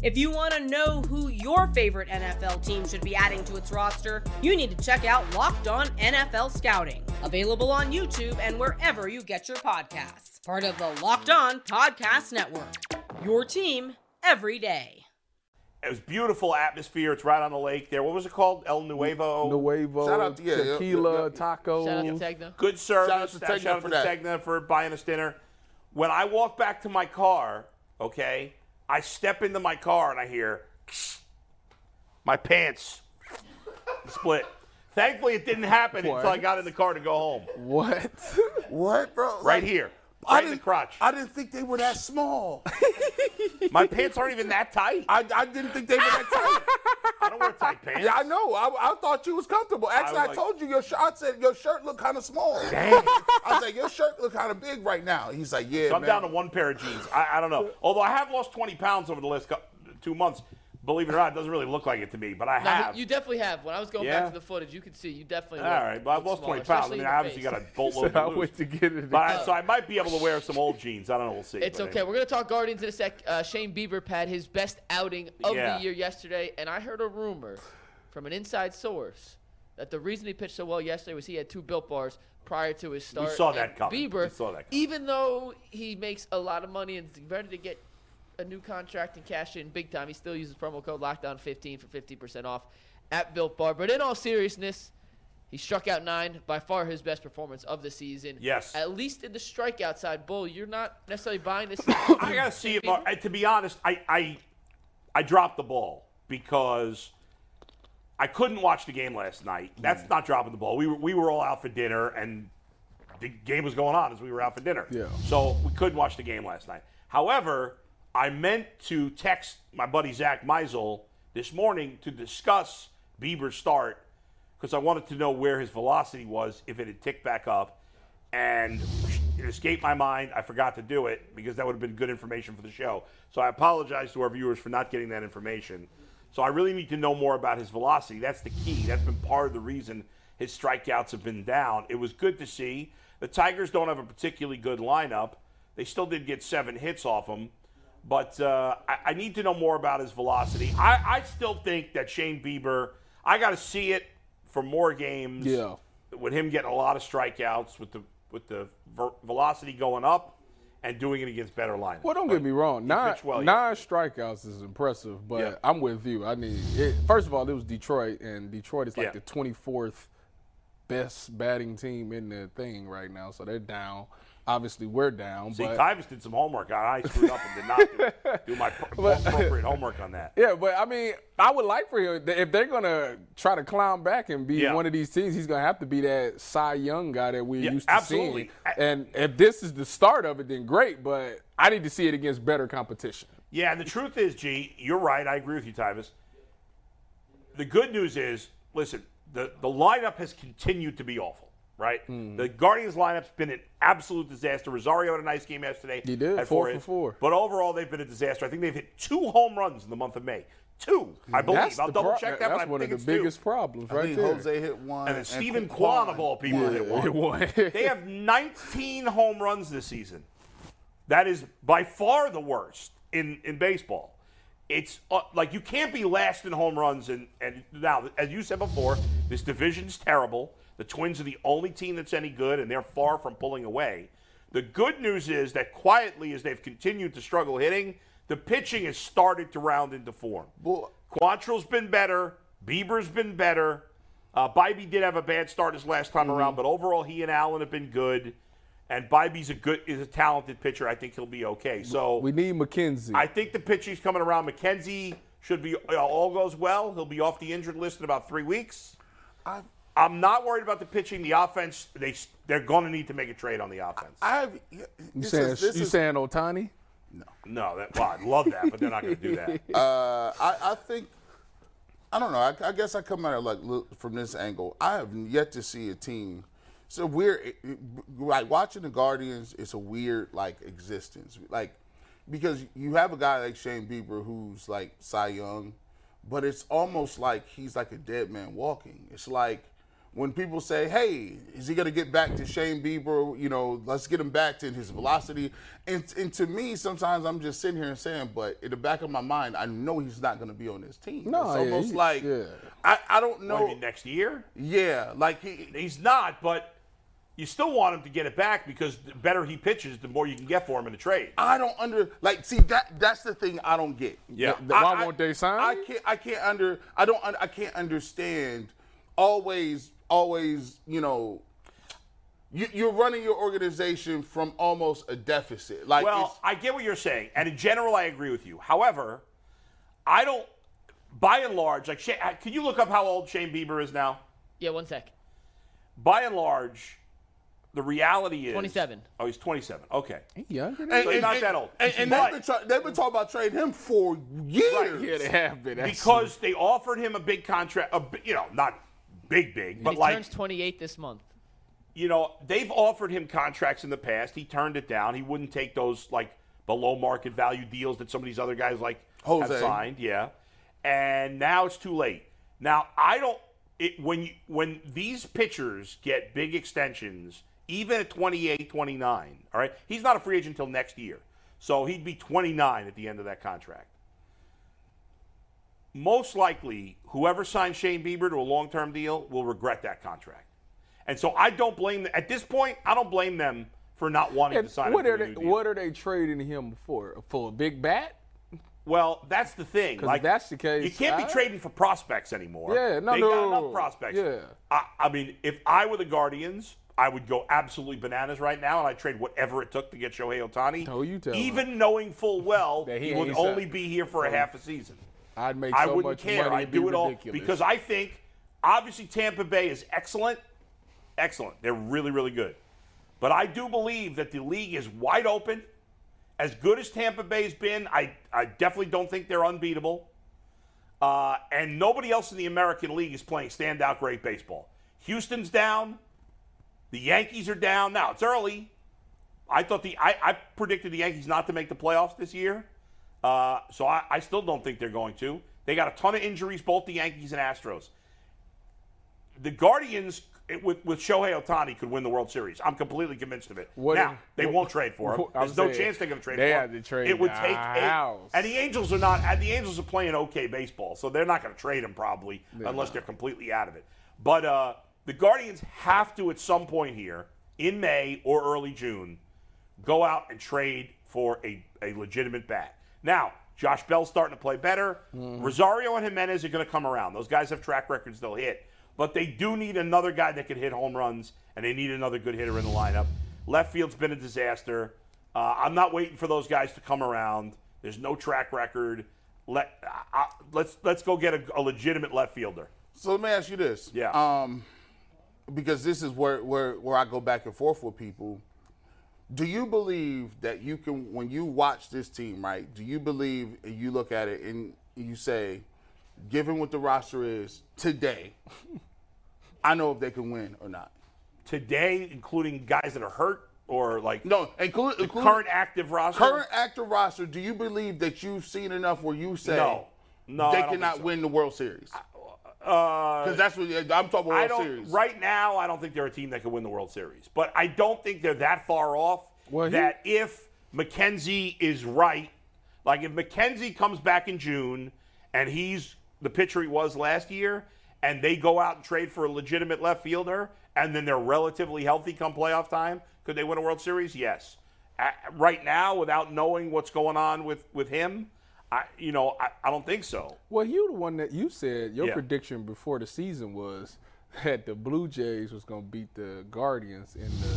[SPEAKER 5] If you want to know who your favorite NFL team should be adding to its roster, you need to check out Locked On NFL Scouting, available on YouTube and wherever you get your podcasts. Part of the Locked On Podcast Network. Your team every day.
[SPEAKER 2] It was beautiful atmosphere. It's right on the lake there. What was it called? El Nuevo.
[SPEAKER 3] Nuevo,
[SPEAKER 4] Shout out to- yeah, yeah, yeah, yeah.
[SPEAKER 3] tequila, tacos.
[SPEAKER 1] Shout out to Tegna.
[SPEAKER 2] Good service.
[SPEAKER 4] Shout out to Tegna
[SPEAKER 2] Shout out
[SPEAKER 4] for
[SPEAKER 2] to
[SPEAKER 4] that.
[SPEAKER 2] Tegna for buying us dinner. When I walk back to my car, okay, I step into my car and I hear my pants split. Thankfully, it didn't happen until I
[SPEAKER 3] What?
[SPEAKER 2] got in the car to go home.
[SPEAKER 3] What?
[SPEAKER 4] What, bro?
[SPEAKER 2] Right
[SPEAKER 4] Like,
[SPEAKER 2] here,
[SPEAKER 4] I
[SPEAKER 2] right in the
[SPEAKER 4] didn't,
[SPEAKER 2] crotch.
[SPEAKER 4] I didn't think they were that small.
[SPEAKER 2] my pants aren't even that tight. I,
[SPEAKER 4] I, I didn't think they were that tight.
[SPEAKER 2] don't wear tight pants.
[SPEAKER 4] Yeah, I know. I, I thought you was comfortable. Actually, I,
[SPEAKER 2] was like-
[SPEAKER 4] told you your shirt. I said your shirt looked kind of small. I said your shirt look kind of big right now. He's like, yeah,
[SPEAKER 2] So I'm
[SPEAKER 4] man.
[SPEAKER 2] down to one pair of jeans. I, I don't know. Although I have lost 20 pounds over the last cou- two months. Believe it or not, it doesn't really look like it to me, but I
[SPEAKER 1] Now,
[SPEAKER 2] have.
[SPEAKER 1] You definitely have. When I was going
[SPEAKER 2] Yeah.
[SPEAKER 1] back to the footage, you could see you definitely.
[SPEAKER 2] All right, but I've lost 20 pounds. I mean, I obviously got a boatload
[SPEAKER 3] I
[SPEAKER 2] to lose.
[SPEAKER 3] went to get it.
[SPEAKER 2] But I, so I might be able to wear some old jeans. I don't know. We'll see.
[SPEAKER 1] It's
[SPEAKER 2] But
[SPEAKER 1] okay.
[SPEAKER 2] anyway.
[SPEAKER 1] We're gonna talk Guardians in a sec. Uh, Shane Bieber had his best outing of
[SPEAKER 2] Yeah.
[SPEAKER 1] the year yesterday, and I heard a rumor from an inside source that the reason he pitched so well yesterday was he had two built bars prior to his start.
[SPEAKER 2] saw
[SPEAKER 1] And
[SPEAKER 2] that coming.
[SPEAKER 1] Bieber,
[SPEAKER 2] We saw that coming.
[SPEAKER 1] even though he makes a lot of money and is ready to get a new contract and cash in big time, he still uses promo code Lockdown15 for 50% off at Built Bar. But in all seriousness, he struck out nine, by far his best performance of the season.
[SPEAKER 2] Yes.
[SPEAKER 1] At least in the strikeout side, Bull, you're not necessarily buying this.
[SPEAKER 2] I gotta see if. I, to be honest, I, I I dropped the ball because I couldn't watch the game last night. That's
[SPEAKER 3] Mm.
[SPEAKER 2] not dropping the ball. We were we were all out for dinner, and the game was going on as we were out for dinner.
[SPEAKER 3] Yeah.
[SPEAKER 2] So we couldn't watch the game last night. However, I meant to text my buddy Zach Meisel this morning to discuss Bieber's start because I wanted to know where his velocity was if it had ticked back up, and it escaped my mind. I forgot to do it because that would have been good information for the show. So I apologize to our viewers for not getting that information. So I really need to know more about his velocity. That's the key. That's been part of the reason his strikeouts have been down. It was good to see. The Tigers don't have a particularly good lineup. They still did get seven hits off him, but uh, I, I need to know more about his velocity. I, I still think that Shane Bieber. I got to see it for more games.
[SPEAKER 3] Yeah.
[SPEAKER 2] With him getting a lot of strikeouts, with the with the ver- velocity going up, and doing it against better lineups.
[SPEAKER 3] Well, don't get me wrong. Nine,
[SPEAKER 2] pitched well
[SPEAKER 3] nine strikeouts is impressive, but
[SPEAKER 2] Yeah.
[SPEAKER 3] I'm with you. I need it. First of all, it was Detroit, and Detroit is like
[SPEAKER 2] Yeah.
[SPEAKER 3] the 24th best batting team in the thing right now, so they're down. Obviously, we're down,
[SPEAKER 2] See,
[SPEAKER 3] but
[SPEAKER 2] Tyvus did some homework. I screwed up and did not do, do my pro- appropriate homework on that.
[SPEAKER 3] yeah, but I mean, I would like for him if they're gonna try to climb back and be
[SPEAKER 2] Yeah.
[SPEAKER 3] one of these teams, he's gonna have to be that Cy Young guy that we
[SPEAKER 2] Yeah,
[SPEAKER 3] used to
[SPEAKER 2] absolutely. I-
[SPEAKER 3] seeing. And if this is the start of it, then great. But I need to see it against better competition.
[SPEAKER 2] Yeah, and the truth is, G, you're right. I agree with you, Tyvus. The good news is, listen, the, the lineup has continued to be awful, right?
[SPEAKER 3] Hmm.
[SPEAKER 2] The Guardians lineup's been an absolute disaster. Rosario had a nice game yesterday.
[SPEAKER 3] He did,
[SPEAKER 2] had
[SPEAKER 3] four for
[SPEAKER 2] hits.
[SPEAKER 3] four.
[SPEAKER 2] But overall, they've been a disaster. I think they've hit two home runs in the month of May. Two, I believe.
[SPEAKER 3] That's
[SPEAKER 2] I'll
[SPEAKER 3] the
[SPEAKER 2] double
[SPEAKER 3] pro-
[SPEAKER 2] check that.
[SPEAKER 3] That's
[SPEAKER 2] but I
[SPEAKER 3] one
[SPEAKER 2] think
[SPEAKER 3] of
[SPEAKER 2] it's
[SPEAKER 3] the
[SPEAKER 2] two.
[SPEAKER 3] biggest problems,
[SPEAKER 4] I
[SPEAKER 3] right
[SPEAKER 4] think
[SPEAKER 3] there.
[SPEAKER 4] Jose hit one,
[SPEAKER 2] And then Stephen Kwan, of all people, hit one.
[SPEAKER 3] It won.
[SPEAKER 2] They have 19 home runs this season. That is by far the worst in, in baseball. It's uh, like you can't be last in home runs. And, and now, as you said before, this division's terrible. The Twins are the only team that's any good, and they're far from pulling away. The good news is that quietly, as they've continued to struggle hitting, the pitching has started to round into form.
[SPEAKER 4] Well-
[SPEAKER 2] Quantrill's been better. Bieber's been better. Uh, Bybee did have a bad start his last time
[SPEAKER 4] Mm-hmm.
[SPEAKER 2] around, but overall, he and Allen have been good. And Bybee's a good, is a talented pitcher. I think he'll be okay. So
[SPEAKER 3] We need McKenzie.
[SPEAKER 2] I think the pitching's coming around. McKenzie should be uh, all goes well. He'll be off the injured list in about three weeks.
[SPEAKER 4] I,
[SPEAKER 2] I'm not worried about the pitching. The offense, they they're going to need to make a trade on the offense.
[SPEAKER 4] I, you
[SPEAKER 3] you saying, you saying Otani?
[SPEAKER 2] no, that well, I'd love that, but they're not going to do that.
[SPEAKER 4] I, I think I don't know. I, I guess I come at it like look, from this angle. I have yet to see a team. So we're like watching the Guardians. It's a weird like existence, like because you have a guy like Shane Bieber who's like Cy Young, but it's almost like he's like a dead man walking. It's like when people say, "Hey, is he gonna get back to Shane Bieber? You know, let's get him back to his velocity." And, and to me, sometimes I'm just sitting here and saying, but in the back of my mind, I know he's not gonna be on this team.
[SPEAKER 3] No,
[SPEAKER 4] it's
[SPEAKER 3] Oh, yeah,
[SPEAKER 4] almost
[SPEAKER 3] he-
[SPEAKER 4] like
[SPEAKER 3] yeah.
[SPEAKER 4] I, I don't know.
[SPEAKER 2] Maybe next year.
[SPEAKER 4] yeah, like he,
[SPEAKER 2] He's not, but you still want him to get it back because the better he pitches, the more you can get for him in a trade.
[SPEAKER 4] I don't under like see that that's the thing I don't get.
[SPEAKER 2] Yeah.
[SPEAKER 3] Th- why won't they sign?
[SPEAKER 4] I can't. I can't under. I don't. un- I can't understand. Always, always. You know, you, you're running your organization from almost a deficit. Like,
[SPEAKER 2] Well, I get what you're saying, and in general, I agree with you. However, I don't. By and large, like, Shane, can you look up how old Shane Bieber is now?
[SPEAKER 1] Yeah, one sec.
[SPEAKER 2] By and large, the reality is
[SPEAKER 1] 27.
[SPEAKER 2] Oh, he's 27. Okay,
[SPEAKER 3] He younger than
[SPEAKER 4] it's,
[SPEAKER 2] so
[SPEAKER 3] that?
[SPEAKER 2] he's not that old.
[SPEAKER 4] And, and
[SPEAKER 2] But-
[SPEAKER 4] they've, been tra- they've been talking about trading him for years.
[SPEAKER 3] Yeah, they have been. actually.
[SPEAKER 2] because they offered him a big contract. A, bi- you know, not big, big, but
[SPEAKER 1] He
[SPEAKER 2] like
[SPEAKER 1] turns 28 this month.
[SPEAKER 2] you know, they've offered him contracts in the past. He turned it down. He wouldn't take those like below market value deals that some of these other guys like
[SPEAKER 4] Jose.
[SPEAKER 2] have signed. Yeah, and now it's too late. Now I don't. It, when you, when these pitchers get big extensions, even at 28, 29, all right, he's not a free agent until next year, so he'd be 29 at the end of that contract most likely whoever signed Shane Bieber to a long-term deal will regret that contract. And so I don't blame them. At this point, I don't blame them for not wanting
[SPEAKER 3] And
[SPEAKER 2] to sign
[SPEAKER 3] what
[SPEAKER 2] him
[SPEAKER 3] are
[SPEAKER 2] to a
[SPEAKER 3] they?
[SPEAKER 2] new deal.
[SPEAKER 3] What are they trading him for? For a big bat?
[SPEAKER 2] well, that's the thing.
[SPEAKER 3] 'Cause
[SPEAKER 2] Like
[SPEAKER 3] if that's the case,
[SPEAKER 2] you can't
[SPEAKER 3] I-
[SPEAKER 2] be trading for prospects anymore.
[SPEAKER 3] Yeah, no,
[SPEAKER 2] they got
[SPEAKER 3] no,
[SPEAKER 2] enough prospects.
[SPEAKER 3] yeah.
[SPEAKER 2] I, I mean, if I were the Guardians, I would go absolutely bananas right now, and I'd trade whatever it took to get Shohei Otani.
[SPEAKER 3] Oh, you tell
[SPEAKER 2] even knowing full well
[SPEAKER 3] That he
[SPEAKER 2] he would
[SPEAKER 3] ain't
[SPEAKER 2] only
[SPEAKER 3] signed.
[SPEAKER 2] be here for a half a season.
[SPEAKER 3] I'd make
[SPEAKER 2] I
[SPEAKER 3] so
[SPEAKER 2] wouldn't
[SPEAKER 3] much
[SPEAKER 2] care.
[SPEAKER 3] money.
[SPEAKER 2] I
[SPEAKER 3] it'd be
[SPEAKER 2] do it all
[SPEAKER 3] ridiculous.
[SPEAKER 2] because I think obviously Tampa Bay is excellent, excellent. They're really really good, but I do believe that the league is wide open. As good as Tampa Bay's been, I I definitely don't think they're unbeatable. Uh, and nobody else in the American League is playing standout great baseball. Houston's down. The Yankees are down. Now it's early. I thought the I, I predicted the Yankees not to make the playoffs this year. Uh, so I, I still don't think they're going to. They got a ton of injuries, both the Yankees and Astros. The Guardians it, with, with Shohei Otani could win the World Series. I'm completely convinced of it.
[SPEAKER 3] What
[SPEAKER 2] now,
[SPEAKER 3] if-
[SPEAKER 2] they
[SPEAKER 3] what-
[SPEAKER 2] won't trade for him.
[SPEAKER 3] I'm
[SPEAKER 2] There's no
[SPEAKER 3] saying,
[SPEAKER 2] chance they're going to trade
[SPEAKER 3] they
[SPEAKER 2] for
[SPEAKER 3] had
[SPEAKER 2] him.
[SPEAKER 3] to trade
[SPEAKER 2] it would
[SPEAKER 3] the
[SPEAKER 2] take a-
[SPEAKER 3] house.
[SPEAKER 2] And the Angels are not. And the Angels are playing okay baseball, so they're not going to trade him probably unless they're completely out of it. But uh, the Guardians have to at some point here in May or early June go out and trade for a, a legitimate bat. Now, Josh Bell's starting to play better.
[SPEAKER 4] Mm-hmm.
[SPEAKER 2] Rosario and Jimenez are going to come around. Those guys have track records they'll hit, but they do need another guy that can hit home runs, and they need another good hitter in the lineup. Left field's been a disaster. Uh, I'm not waiting for those guys to come around. There's no track record. Let uh, let's let's go get a, a legitimate left fielder.
[SPEAKER 4] So let me ask you this.
[SPEAKER 2] Yeah.
[SPEAKER 4] Um, because this is where, where, where I go back and forth with people. Do you believe that you can, when you watch this team, right? Do you believe and you look at it and you say, given what the roster is today, I know if they can win or not?
[SPEAKER 2] Today, including guys that are hurt or like
[SPEAKER 4] No, include,
[SPEAKER 2] the
[SPEAKER 4] include-
[SPEAKER 2] current active roster.
[SPEAKER 4] current active roster. Do you believe that you've seen enough where you say
[SPEAKER 2] No. No, I
[SPEAKER 4] they
[SPEAKER 2] don't think
[SPEAKER 4] cannot
[SPEAKER 2] so.
[SPEAKER 4] win the World Series?
[SPEAKER 2] uh,
[SPEAKER 4] Because that's what I'm talking about. World
[SPEAKER 2] I don't
[SPEAKER 4] Series.
[SPEAKER 2] right now. I don't think they're a team that can win the World Series, but I don't think they're that far off.
[SPEAKER 3] Well, he-
[SPEAKER 2] that if McKenzie is right. Like if McKenzie comes back in June and he's the pitcher he was last year, and they go out and trade for a legitimate left fielder, and then they're relatively healthy come playoff time, could they win a World Series? Yes. A- right now, without knowing what's going on with with him, I you know I, I don't think so.
[SPEAKER 3] Well, you the one that you said your
[SPEAKER 2] Yeah.
[SPEAKER 3] prediction before the season was that the Blue Jays was going to beat the Guardians in the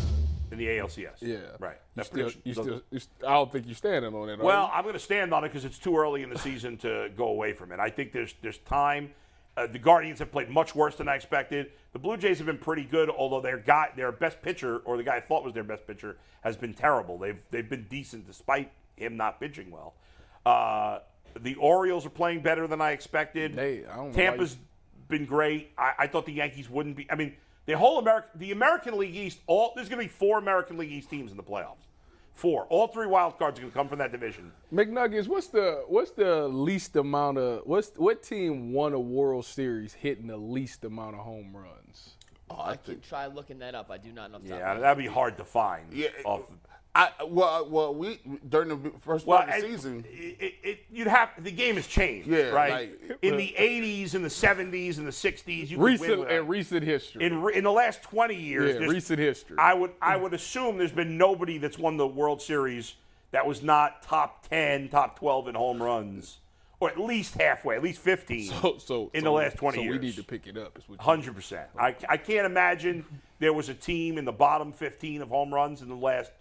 [SPEAKER 2] in the ALCS.
[SPEAKER 3] yeah.
[SPEAKER 2] right.
[SPEAKER 3] You
[SPEAKER 2] That
[SPEAKER 3] still,
[SPEAKER 2] prediction
[SPEAKER 3] you
[SPEAKER 2] doesn't-
[SPEAKER 3] still, you st- I don't think you're standing on it. are
[SPEAKER 2] Well,
[SPEAKER 3] you?
[SPEAKER 2] I'm going to stand on it because it's too early in the season to go away from it. I think there's there's time. Uh, the Guardians have played much worse than I expected. The Blue Jays have been pretty good, although their guy, their best pitcher, or the guy I thought was their best pitcher, has been terrible. They've they've been decent despite him not pitching well. Uh, the Orioles are playing better than I expected.
[SPEAKER 3] They- I don't know why
[SPEAKER 2] Tampa's been great. I, I thought the Yankees wouldn't be. I mean, the whole America, the American League East. All there's going to be four American League East teams in the playoffs. Four. All three wild cards are going to come from that division.
[SPEAKER 3] McNuggets, what's the what's the least amount of what's what team won a World Series hitting the least amount of home runs?
[SPEAKER 4] Oh, I
[SPEAKER 1] Keep
[SPEAKER 4] think.
[SPEAKER 1] try looking that up. I do not know. off the top of my
[SPEAKER 2] Yeah, that'd be hard to find.
[SPEAKER 4] Yeah.
[SPEAKER 2] Off,
[SPEAKER 4] I well, well, we during the first
[SPEAKER 2] well,
[SPEAKER 4] part of the
[SPEAKER 2] and
[SPEAKER 4] season.
[SPEAKER 2] it, it, it, you'd have the game has changed,
[SPEAKER 4] Yeah,
[SPEAKER 2] right?
[SPEAKER 4] like-
[SPEAKER 2] in the '80s, in the '70s, in the '60s, you could win
[SPEAKER 3] Recent
[SPEAKER 2] without-
[SPEAKER 3] in recent history.
[SPEAKER 2] in re- in the last 20 years,
[SPEAKER 3] Yeah,
[SPEAKER 2] there's-
[SPEAKER 3] recent history.
[SPEAKER 2] I would I would assume there's been nobody that's won the World Series that was not top 10, top 12 in home runs, or at least halfway, at least 15.
[SPEAKER 3] so, so
[SPEAKER 2] in
[SPEAKER 3] so-
[SPEAKER 2] the last 20
[SPEAKER 3] so
[SPEAKER 2] years,
[SPEAKER 3] we need to pick it up. Is what you-
[SPEAKER 2] Hundred percent. I, I can't imagine there was a team in the bottom 15 of home runs in the last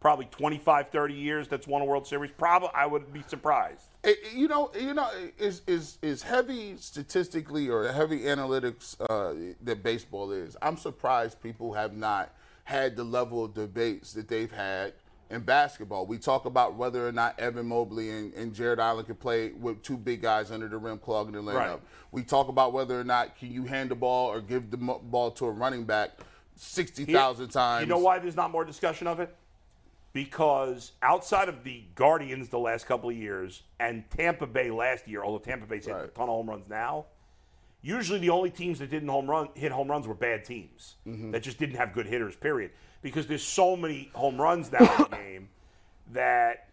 [SPEAKER 2] probably 25, 30 years that's won a World Series. Probably, I would be surprised.
[SPEAKER 4] It- it- you know, you know, is is is heavy statistically or heavy analytics uh, that baseball is. I'm surprised people have not had the level of debates that they've had in basketball. We talk about whether or not Evan Mobley and, and Jared Allen can play with two big guys under the rim clogging the lineup.
[SPEAKER 2] Right.
[SPEAKER 4] We talk about whether or not can you hand the ball or give the mo- ball to a running back sixty thousand times.
[SPEAKER 2] You know why there's not more discussion of it? Because outside of the Guardians the last couple of years and Tampa Bay last year, although Tampa Bay's hit a
[SPEAKER 4] Right.
[SPEAKER 2] ton of home runs now, usually the only teams that didn't home run hit home runs were bad teams
[SPEAKER 4] Mm-hmm.
[SPEAKER 2] that just didn't have good hitters. Period. Because there's so many home runs now in the game that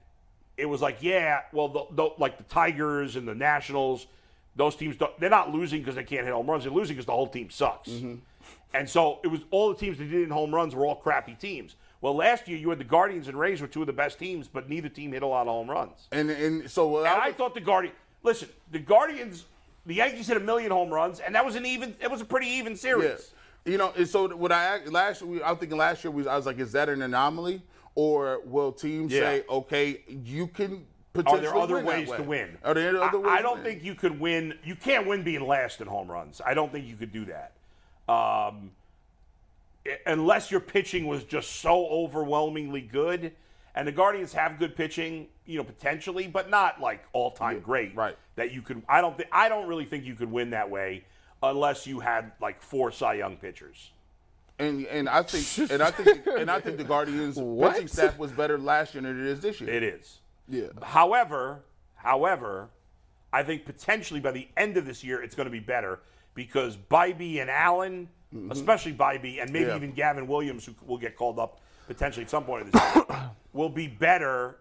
[SPEAKER 2] it was like, yeah, well, the, the, like the Tigers and the Nationals, those teams, don't, they're not losing because they can't hit home runs. They're losing because the whole team sucks.
[SPEAKER 4] Mm-hmm.
[SPEAKER 2] And so it was all the teams that did in home runs were all crappy teams. Well, last year you had the Guardians and Rays were two of the best teams, but neither team hit a lot of home runs.
[SPEAKER 4] And and so what
[SPEAKER 2] And
[SPEAKER 4] I
[SPEAKER 2] I
[SPEAKER 4] was-
[SPEAKER 2] thought the Guardian. Listen, the Guardians, the Yankees hit a million home runs, and that was an even. It was a pretty even series.
[SPEAKER 4] Yeah. You know, and so what I act- last we I'm thinking last year we, I was like, is that an anomaly, or will teams
[SPEAKER 2] Yeah.
[SPEAKER 4] say, okay, you can
[SPEAKER 2] Are
[SPEAKER 4] potentially
[SPEAKER 2] there other
[SPEAKER 4] win that
[SPEAKER 2] ways
[SPEAKER 4] way?
[SPEAKER 2] to win?
[SPEAKER 4] Are there other
[SPEAKER 2] I,
[SPEAKER 4] ways?
[SPEAKER 2] I
[SPEAKER 4] to
[SPEAKER 2] don't
[SPEAKER 4] win?
[SPEAKER 2] think you could win. You can't win being last in home runs. I don't think you could do that. Um, i- unless your pitching was just so overwhelmingly good. And the Guardians have good pitching, you know, potentially, but not like all time great.
[SPEAKER 4] right.
[SPEAKER 2] That you could. I don't. Th- I don't really think you could win that way, unless you had like four Cy Young pitchers.
[SPEAKER 4] And and I think and I think and I think the Guardians
[SPEAKER 3] What?
[SPEAKER 4] pitching staff was better last year than it is this year.
[SPEAKER 2] It is.
[SPEAKER 3] yeah.
[SPEAKER 2] However, however, I think potentially by the end of this year it's going to be better because Bybee and Allen, especially Bybee, and maybe
[SPEAKER 4] Mm-hmm. Yeah.
[SPEAKER 2] even Gavin Williams, who will get called up potentially at some point of this year, will be better.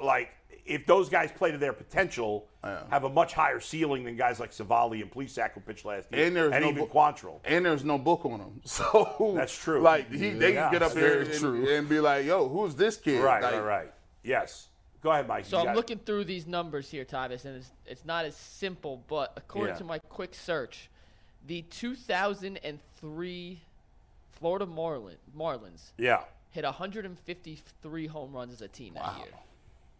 [SPEAKER 2] Like if those guys play to their potential, have a much higher ceiling than guys like Savali and Plesac who pitched last year,
[SPEAKER 4] And there's no
[SPEAKER 2] even
[SPEAKER 4] bu-
[SPEAKER 2] Quantrill.
[SPEAKER 4] And there's no book on them, so
[SPEAKER 2] That's true.
[SPEAKER 4] Like he, they
[SPEAKER 2] Yeah.
[SPEAKER 4] can get up here
[SPEAKER 2] Very
[SPEAKER 4] and,
[SPEAKER 3] true.
[SPEAKER 4] and be like, "Yo, who's this kid?"
[SPEAKER 2] Right,
[SPEAKER 4] Like,
[SPEAKER 2] right, right. Yes. Go ahead, Mike.
[SPEAKER 1] So
[SPEAKER 2] You
[SPEAKER 1] I'm
[SPEAKER 2] got it.
[SPEAKER 1] looking through these numbers here, Thomas, and it's, it's not as simple, but according
[SPEAKER 2] Yeah.
[SPEAKER 1] to my quick search, the 2003 Florida Marlin, Marlins
[SPEAKER 2] Yeah.
[SPEAKER 1] hit 153 home runs as a team that year,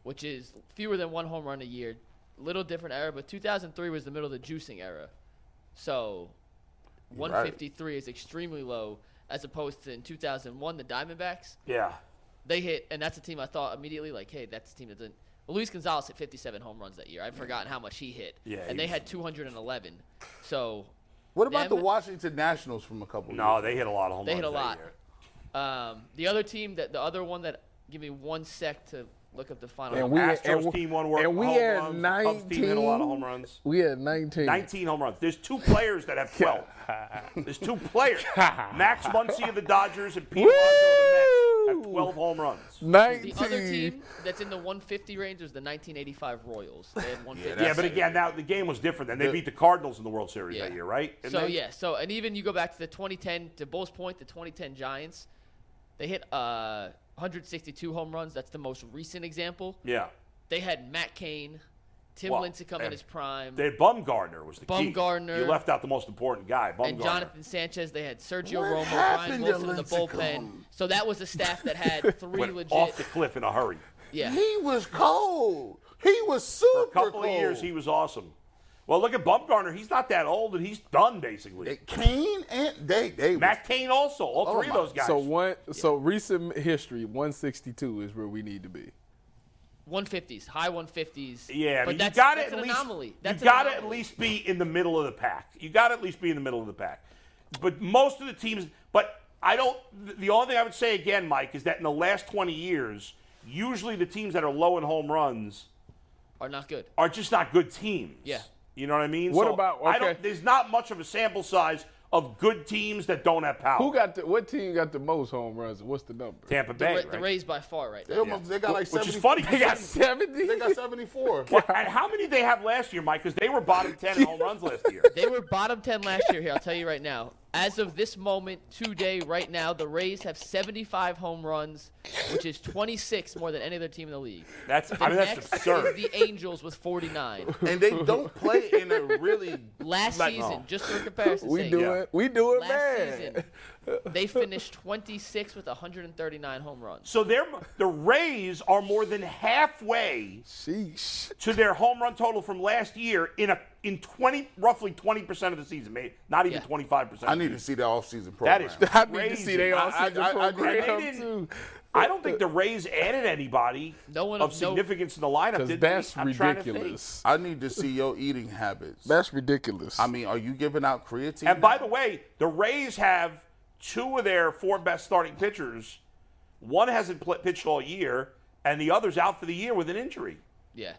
[SPEAKER 1] which is fewer than one home run a year. Little different era, but 2003 was the middle of the juicing era. So 153 is extremely low as opposed to in 2001, the Diamondbacks
[SPEAKER 2] Yeah.
[SPEAKER 1] they hit, and that's a team I thought immediately, like, hey, that's a team that didn't. Well, Luis Gonzalez hit 57 home runs that year. I'd forgotten how much he hit.
[SPEAKER 2] Yeah, he
[SPEAKER 1] and they
[SPEAKER 2] was-
[SPEAKER 1] had 211. So
[SPEAKER 4] What about the
[SPEAKER 1] Them-
[SPEAKER 4] Washington Nationals from a couple?
[SPEAKER 2] No,
[SPEAKER 4] years
[SPEAKER 2] they hit a lot of home
[SPEAKER 1] they
[SPEAKER 2] runs.
[SPEAKER 1] hit a
[SPEAKER 2] that
[SPEAKER 1] lot.
[SPEAKER 2] year.
[SPEAKER 1] Um, the other team that the other one that give me one sec to look up the final.
[SPEAKER 3] And we
[SPEAKER 2] Astros
[SPEAKER 3] and we-
[SPEAKER 2] team won wor-
[SPEAKER 3] and we
[SPEAKER 2] home
[SPEAKER 3] had
[SPEAKER 2] runs. The Cubs
[SPEAKER 3] 19.
[SPEAKER 2] team hit a lot of home runs.
[SPEAKER 3] We had 19.
[SPEAKER 2] 19 home runs. There's two players that have 12. There's two players. Max Muncy of the Dodgers and Pete Alonso of the Mets. have 12 home runs.
[SPEAKER 1] The
[SPEAKER 3] 19.
[SPEAKER 1] other team that's in the 150 range is the 1985 Royals. They had 150.
[SPEAKER 2] Yeah, but again, now the game was different. Then they beat the Cardinals in the World Series that
[SPEAKER 1] Yeah.
[SPEAKER 2] year, right? And
[SPEAKER 1] so
[SPEAKER 2] they-
[SPEAKER 1] yeah, so and even you go back to the 2010 to Bull's point, the 2010 Giants, they hit uh 162 home runs. That's the most recent example.
[SPEAKER 2] yeah.
[SPEAKER 1] They had Matt Cain, Tim
[SPEAKER 2] Well,
[SPEAKER 1] Lincecum in
[SPEAKER 2] and
[SPEAKER 1] his prime,
[SPEAKER 2] They had Bumgarner was the key.
[SPEAKER 1] Bumgarner.
[SPEAKER 2] You left out the most important guy, Bumgarner.
[SPEAKER 1] and Jonathan Sanchez. They had Sergio
[SPEAKER 4] What
[SPEAKER 1] Romo, Brian
[SPEAKER 4] happened to
[SPEAKER 1] Wilson in the bullpen.
[SPEAKER 4] Lincecum?
[SPEAKER 1] So that was a staff that had three
[SPEAKER 2] Went
[SPEAKER 1] legit.
[SPEAKER 2] off the cliff in a hurry.
[SPEAKER 1] yeah,
[SPEAKER 4] He was cold. He was super
[SPEAKER 2] For a couple
[SPEAKER 4] cold.
[SPEAKER 2] of years, he was awesome. Well, look at Bumgarner. He's not that old, and he's done basically.
[SPEAKER 4] They- Kane and they they was-
[SPEAKER 2] Matt Cain also. All three of those guys.
[SPEAKER 3] Oh So one. So recent history, 162 is where we need to be.
[SPEAKER 1] 150s, high 150s.
[SPEAKER 2] Yeah,
[SPEAKER 1] but
[SPEAKER 2] but
[SPEAKER 1] that's,
[SPEAKER 2] you got to
[SPEAKER 1] that's
[SPEAKER 2] at
[SPEAKER 1] an
[SPEAKER 2] least
[SPEAKER 1] anomaly. That's
[SPEAKER 2] you
[SPEAKER 1] an
[SPEAKER 2] got to at
[SPEAKER 1] anomaly.
[SPEAKER 2] least be in the middle of the pack. You got to at least be in the middle of the pack. But most of the teams, but I don't. th- The only thing I would say again, Mike, is that in the last 20 years, usually the teams that are low in home runs
[SPEAKER 1] are not good.
[SPEAKER 2] are just not good teams.
[SPEAKER 1] Yeah.
[SPEAKER 2] you know what I mean.
[SPEAKER 3] What about-
[SPEAKER 2] I don't,
[SPEAKER 3] okay.
[SPEAKER 2] there's not much of a sample size of good teams that don't have power.
[SPEAKER 3] Who got the? What team got the most home runs? What's the number?
[SPEAKER 2] Tampa
[SPEAKER 1] The,
[SPEAKER 2] Bay?
[SPEAKER 1] Ra- the
[SPEAKER 2] right?
[SPEAKER 1] Rays by far right
[SPEAKER 4] They,
[SPEAKER 1] now.
[SPEAKER 4] almost, they got like
[SPEAKER 2] Which
[SPEAKER 4] 70,
[SPEAKER 2] is funny.
[SPEAKER 3] They got 70.
[SPEAKER 4] They got 74.
[SPEAKER 2] And how many did they have last year, Mike? Because they were bottom 10 in home runs last year.
[SPEAKER 1] They were bottom 10 last year here, I'll tell you right now. As of this moment, today, right now, the Rays have 75 home runs, which is 26 more than any other team in the league.
[SPEAKER 2] That's
[SPEAKER 1] The
[SPEAKER 2] I mean that's
[SPEAKER 1] next
[SPEAKER 2] absurd.
[SPEAKER 1] is the Angels with 49.
[SPEAKER 4] and they don't play in a really
[SPEAKER 1] Last
[SPEAKER 2] Like- oh.
[SPEAKER 1] season,
[SPEAKER 2] no.
[SPEAKER 1] just for comparison
[SPEAKER 3] We
[SPEAKER 1] sake,
[SPEAKER 3] do
[SPEAKER 2] Yeah.
[SPEAKER 3] it. We do it,
[SPEAKER 1] last
[SPEAKER 3] man.
[SPEAKER 1] season, they finished 26 with 139 home runs.
[SPEAKER 2] So they're the Rays are more than halfway
[SPEAKER 3] Sheesh.
[SPEAKER 2] to their home run total from last year in a in twenty roughly twenty percent of the season, maybe not even
[SPEAKER 1] Yeah.
[SPEAKER 2] twenty five percent.
[SPEAKER 4] I need to see the offseason
[SPEAKER 2] that
[SPEAKER 4] program.
[SPEAKER 2] is
[SPEAKER 3] I need to
[SPEAKER 2] crazy.
[SPEAKER 3] see they all
[SPEAKER 4] I-
[SPEAKER 3] season
[SPEAKER 4] I- I- I-
[SPEAKER 3] program
[SPEAKER 2] they didn't-
[SPEAKER 3] too.
[SPEAKER 2] I don't think the Rays added anybody
[SPEAKER 1] No one
[SPEAKER 2] of
[SPEAKER 1] of- no-
[SPEAKER 2] significance in the lineup.
[SPEAKER 3] Because
[SPEAKER 2] did they?
[SPEAKER 3] that's
[SPEAKER 2] I'm trying to think.
[SPEAKER 3] ridiculous.
[SPEAKER 4] I need to see your eating habits.
[SPEAKER 3] That's ridiculous.
[SPEAKER 4] I mean, are you giving out creatine?
[SPEAKER 2] And by the way, the Rays have two of their four best starting pitchers. One hasn't pl- pitched all year, and the other's out for the year with an injury.
[SPEAKER 1] Yeah.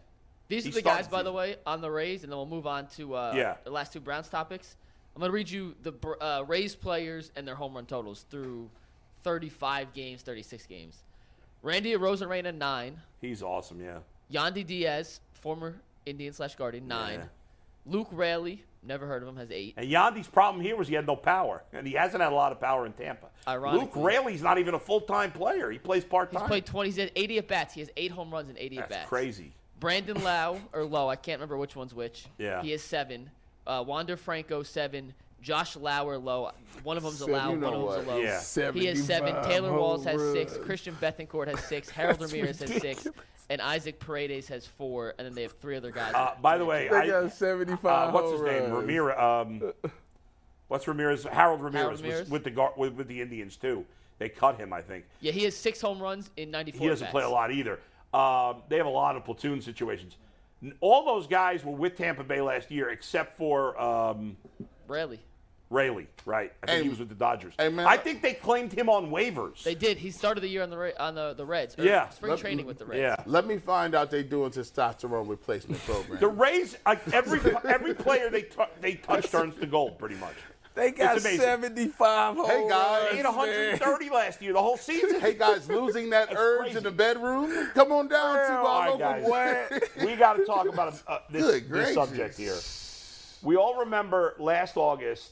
[SPEAKER 1] These
[SPEAKER 2] He
[SPEAKER 1] are the guys,
[SPEAKER 2] started
[SPEAKER 1] by
[SPEAKER 2] to.
[SPEAKER 1] the way, on the Rays, and then we'll move on to uh,
[SPEAKER 2] Yeah.
[SPEAKER 1] the last two Browns topics. I'm going to read you the Br- uh, Rays players and their home run totals through 35 games, 36 games. Randy Rosarena, 9.
[SPEAKER 2] He's awesome, yeah.
[SPEAKER 1] Yandy Diaz, former Indian slash Guardian, 9.
[SPEAKER 2] Yeah.
[SPEAKER 1] Luke Raley, never heard of him, has 8.
[SPEAKER 2] And Yandy's problem here was he had no power, and he hasn't had a lot of power in Tampa. Luke
[SPEAKER 1] Ironically.
[SPEAKER 2] Raley's not even a full time player; he plays part
[SPEAKER 1] He's
[SPEAKER 2] time.
[SPEAKER 1] played 20, he's had 80 at bats. He has 8 home runs and 80
[SPEAKER 2] That's
[SPEAKER 1] at bats.
[SPEAKER 2] crazy.
[SPEAKER 1] Brandon Lau or Lowe, I can't remember which one's which.
[SPEAKER 2] Yeah.
[SPEAKER 1] He has seven. Uh, Wander Franco seven. Josh Lau or Lowe, one of them's a
[SPEAKER 3] Seven,
[SPEAKER 1] Lau,
[SPEAKER 3] you
[SPEAKER 1] one
[SPEAKER 4] know
[SPEAKER 1] of them's a
[SPEAKER 4] what.
[SPEAKER 1] Lowe.
[SPEAKER 2] Yeah.
[SPEAKER 1] He has seven.
[SPEAKER 3] 75
[SPEAKER 1] Taylor Walls
[SPEAKER 3] home
[SPEAKER 1] has six.
[SPEAKER 3] runs.
[SPEAKER 1] Christian Bethencourt has six. Harold
[SPEAKER 3] That's
[SPEAKER 1] Ramirez has six.
[SPEAKER 3] ridiculous.
[SPEAKER 1] And Isaac Paredes has four. And then they have three other guys.
[SPEAKER 2] Uh, by the way,
[SPEAKER 3] They
[SPEAKER 2] I,
[SPEAKER 3] got 75.
[SPEAKER 2] uh, what's his
[SPEAKER 3] home
[SPEAKER 2] name?
[SPEAKER 3] runs.
[SPEAKER 2] Ramirez. Um, what's Ramirez? Harold Ramirez,
[SPEAKER 1] Harold
[SPEAKER 2] was
[SPEAKER 1] Ramirez?
[SPEAKER 2] with the Gar- with, with the Indians too. They cut him, I think.
[SPEAKER 1] yeah, he has six home runs in 94.
[SPEAKER 2] He doesn't
[SPEAKER 1] at
[SPEAKER 2] play a
[SPEAKER 1] bats.
[SPEAKER 2] lot either. Um, they have a lot of platoon situations. N- All those guys were with Tampa Bay last year, except for um,
[SPEAKER 1] Rarely.
[SPEAKER 2] Raley. Right? I think
[SPEAKER 4] Hey,
[SPEAKER 2] he was with the Dodgers.
[SPEAKER 4] hey, man,
[SPEAKER 2] I
[SPEAKER 4] let-
[SPEAKER 2] think they claimed him on waivers.
[SPEAKER 1] They did. He started the year on the Ra- on the, the Reds. or
[SPEAKER 2] Yeah.
[SPEAKER 1] Spring
[SPEAKER 4] Let-
[SPEAKER 1] training with the Reds.
[SPEAKER 2] yeah.
[SPEAKER 4] Let me find out they doing testosterone replacement program.
[SPEAKER 2] The Rays, like every every player they tou they touch turns to gold, pretty much.
[SPEAKER 3] They got
[SPEAKER 2] amazing.
[SPEAKER 3] 75 home
[SPEAKER 4] Hey, guys.
[SPEAKER 2] They
[SPEAKER 3] runs,
[SPEAKER 2] had
[SPEAKER 4] That's
[SPEAKER 2] 130 last year, the whole season.
[SPEAKER 4] hey guys, losing that urge
[SPEAKER 2] crazy.
[SPEAKER 4] in the bedroom? Come on down to
[SPEAKER 3] Hell,
[SPEAKER 4] our
[SPEAKER 2] all
[SPEAKER 4] local
[SPEAKER 2] right, guys.
[SPEAKER 4] boy.
[SPEAKER 2] we got to talk about uh, this,
[SPEAKER 4] Good
[SPEAKER 2] this
[SPEAKER 4] gracious.
[SPEAKER 2] subject here. We all remember last August,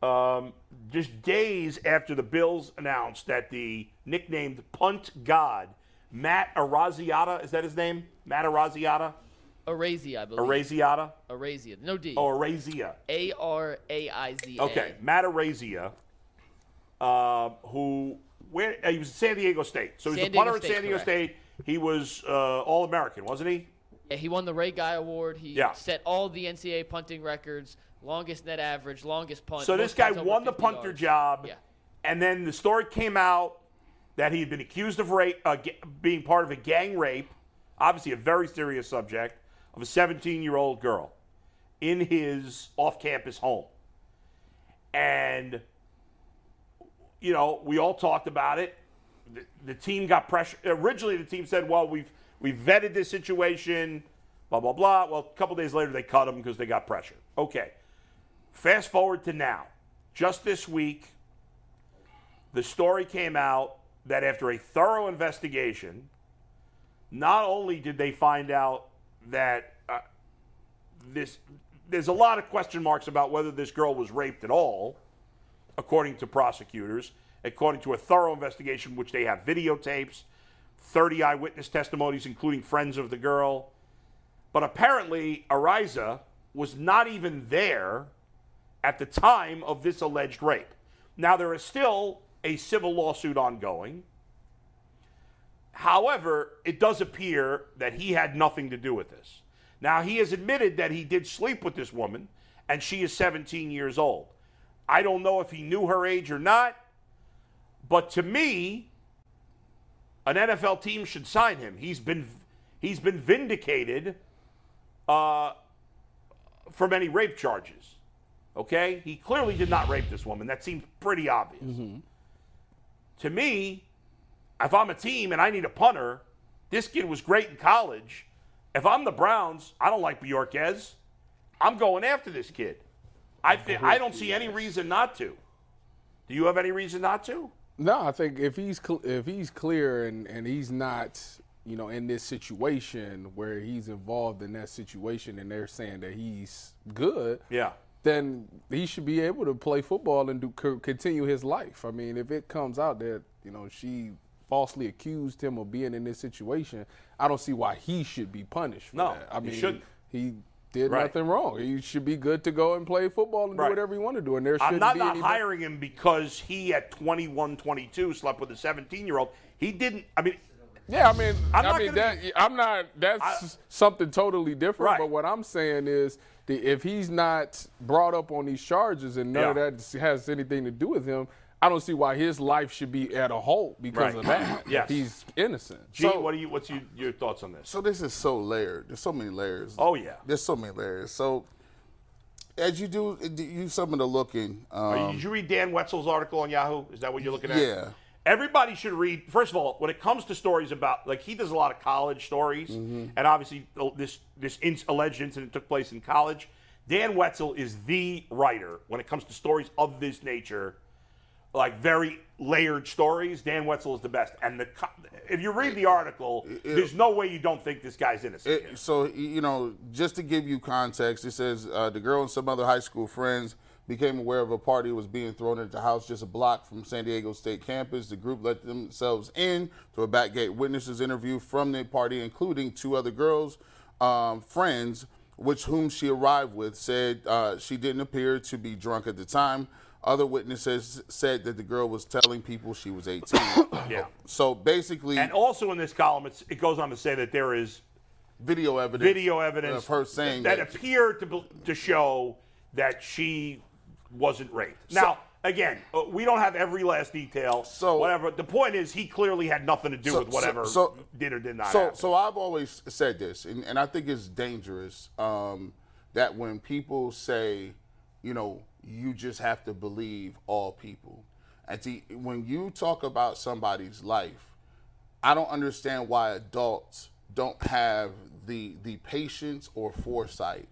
[SPEAKER 2] um, just days after the Bills announced that the nicknamed punt god, Matt Araziata, is that his name? Matt Araziata?
[SPEAKER 1] Arazia, I believe.
[SPEAKER 2] Araziata?
[SPEAKER 1] Arazia. No D.
[SPEAKER 2] Oh, Arazia.
[SPEAKER 1] A R A I Z A.
[SPEAKER 2] Okay, Matt Arrazia, uh, who where uh, he was at San Diego State. So he's
[SPEAKER 1] San
[SPEAKER 2] the punter
[SPEAKER 1] Diego
[SPEAKER 2] at
[SPEAKER 1] State,
[SPEAKER 2] San Diego
[SPEAKER 1] correct.
[SPEAKER 2] State. He was uh, All American, wasn't he?
[SPEAKER 1] Yeah, he won the Ray Guy Award. He
[SPEAKER 2] Yeah.
[SPEAKER 1] set all the NCAA punting records, longest net average, longest punt.
[SPEAKER 2] So
[SPEAKER 1] most
[SPEAKER 2] this guy
[SPEAKER 1] punts over
[SPEAKER 2] won the
[SPEAKER 1] 50
[SPEAKER 2] punter
[SPEAKER 1] yards.
[SPEAKER 2] job,
[SPEAKER 1] Yeah.
[SPEAKER 2] and then the story came out that he had been accused of rape, uh, ga- being part of a gang rape. Obviously, a very serious subject of a 17-year-old girl in his off-campus home, and you know we all talked about it. The, the team got pressure. Originally, the team said, "Well, we've we vetted this situation." Blah blah blah. Well, a couple days later, they cut him because they got pressure. Okay. Fast forward to now, just this week, the story came out that after a thorough investigation, not only did they find out that uh, this there's a lot of question marks about whether this girl was raped at all, according to prosecutors, according to a thorough investigation, which they have videotapes, 30 eyewitness testimonies, including friends of the girl. But apparently, Ariza was not even there at the time of this alleged rape. Now, there is still a civil lawsuit ongoing. However, it does appear that he had nothing to do with this. Now, he has admitted that he did sleep with this woman, and she is 17 years old. I don't know if he knew her age or not, but to me, an NFL team should sign him. He's been he's been vindicated uh, from any rape charges. Okay, he clearly did not rape this woman. That seems pretty obvious.
[SPEAKER 3] Mm-hmm.
[SPEAKER 2] To me, if I'm a team and I need a punter, this kid was great in college. If I'm the Browns, I don't like Bjorkes. I'm going after this kid. I thi- I don't see any reason not to. Do you have any reason not to?
[SPEAKER 3] No, I think if he's cl- if he's clear and, and he's not, you know, in this situation where he's involved in that situation and they're saying that he's good,
[SPEAKER 2] Yeah.
[SPEAKER 3] then he should be able to play football and do co- continue his life. I mean, if it comes out that you know she falsely accused him of being in this situation, I don't see why he should be punished. For
[SPEAKER 2] No,
[SPEAKER 3] that. I
[SPEAKER 2] he
[SPEAKER 3] mean,
[SPEAKER 2] shouldn't.
[SPEAKER 3] he did
[SPEAKER 2] Right.
[SPEAKER 3] nothing wrong. He should be good to go and play football and
[SPEAKER 2] Right.
[SPEAKER 3] do whatever he want to do. And there shouldn't
[SPEAKER 2] I'm not
[SPEAKER 3] be
[SPEAKER 2] not
[SPEAKER 3] any.
[SPEAKER 2] hiring him because he at 21, 22 slept with a 17 year old. He didn't. I mean,
[SPEAKER 3] Yeah, I mean, i
[SPEAKER 2] I'm not
[SPEAKER 3] mean
[SPEAKER 2] gonna-
[SPEAKER 3] that I'm not. That's something totally different.
[SPEAKER 2] Right.
[SPEAKER 3] But what I'm saying is, the, if he's not brought up on these charges and none
[SPEAKER 2] Yeah.
[SPEAKER 3] of that has anything to do with him, I don't see why his life should be at a halt
[SPEAKER 2] Right.
[SPEAKER 3] because of that. if
[SPEAKER 2] Yes.
[SPEAKER 3] he's innocent.
[SPEAKER 2] G, what do you? What's you, your thoughts on this?
[SPEAKER 4] So this is so layered. There's so many layers.
[SPEAKER 2] Oh yeah.
[SPEAKER 4] There's so many layers. So as you do, you some of the looking. Um,
[SPEAKER 2] Did you read Dan Wetzel's article on Yahoo? Is that what you're looking at?
[SPEAKER 4] Yeah.
[SPEAKER 2] Everybody should read. First of all, when it comes to stories about, like he does a lot of college stories,
[SPEAKER 4] Mm-hmm.
[SPEAKER 2] and obviously uh, this this in, alleged incident took place in college. Dan Wetzel is the writer when it comes to stories of this nature, like very layered stories. Dan Wetzel is the best, and the co- if you read the article, there's no way you don't think this guy's innocent.
[SPEAKER 4] It-
[SPEAKER 2] here.
[SPEAKER 4] so y- you know, just to give you context, it says uh, the girl and some other high school friends became aware of a party was being thrown at the house just a block from San Diego State campus. The group let themselves in to a back gate. Witnesses interviewed from the party, including two other girls, um, friends, which whom she arrived with, said uh, she didn't appear to be drunk at the time. Other witnesses said that the girl was telling people she was 18.
[SPEAKER 2] yeah.
[SPEAKER 4] so basically,
[SPEAKER 2] And also in this column, it's, it goes on to say that there is
[SPEAKER 4] video evidence.
[SPEAKER 2] video evidence
[SPEAKER 4] of her saying
[SPEAKER 2] that,
[SPEAKER 4] that.
[SPEAKER 2] appeared to bel- to show that she wasn't raped. Now, again, uh, we don't have every last detail.
[SPEAKER 4] So-
[SPEAKER 2] whatever. The point is, he clearly had nothing to do
[SPEAKER 4] So-
[SPEAKER 2] with whatever
[SPEAKER 4] so- so-
[SPEAKER 2] did or did not.
[SPEAKER 4] So,
[SPEAKER 2] happen.
[SPEAKER 4] so I've always said this, and, and I think it's dangerous um, that when people say, you know, you just have to believe all people. And see, when you talk about somebody's life, I don't understand why adults don't have the the patience or foresight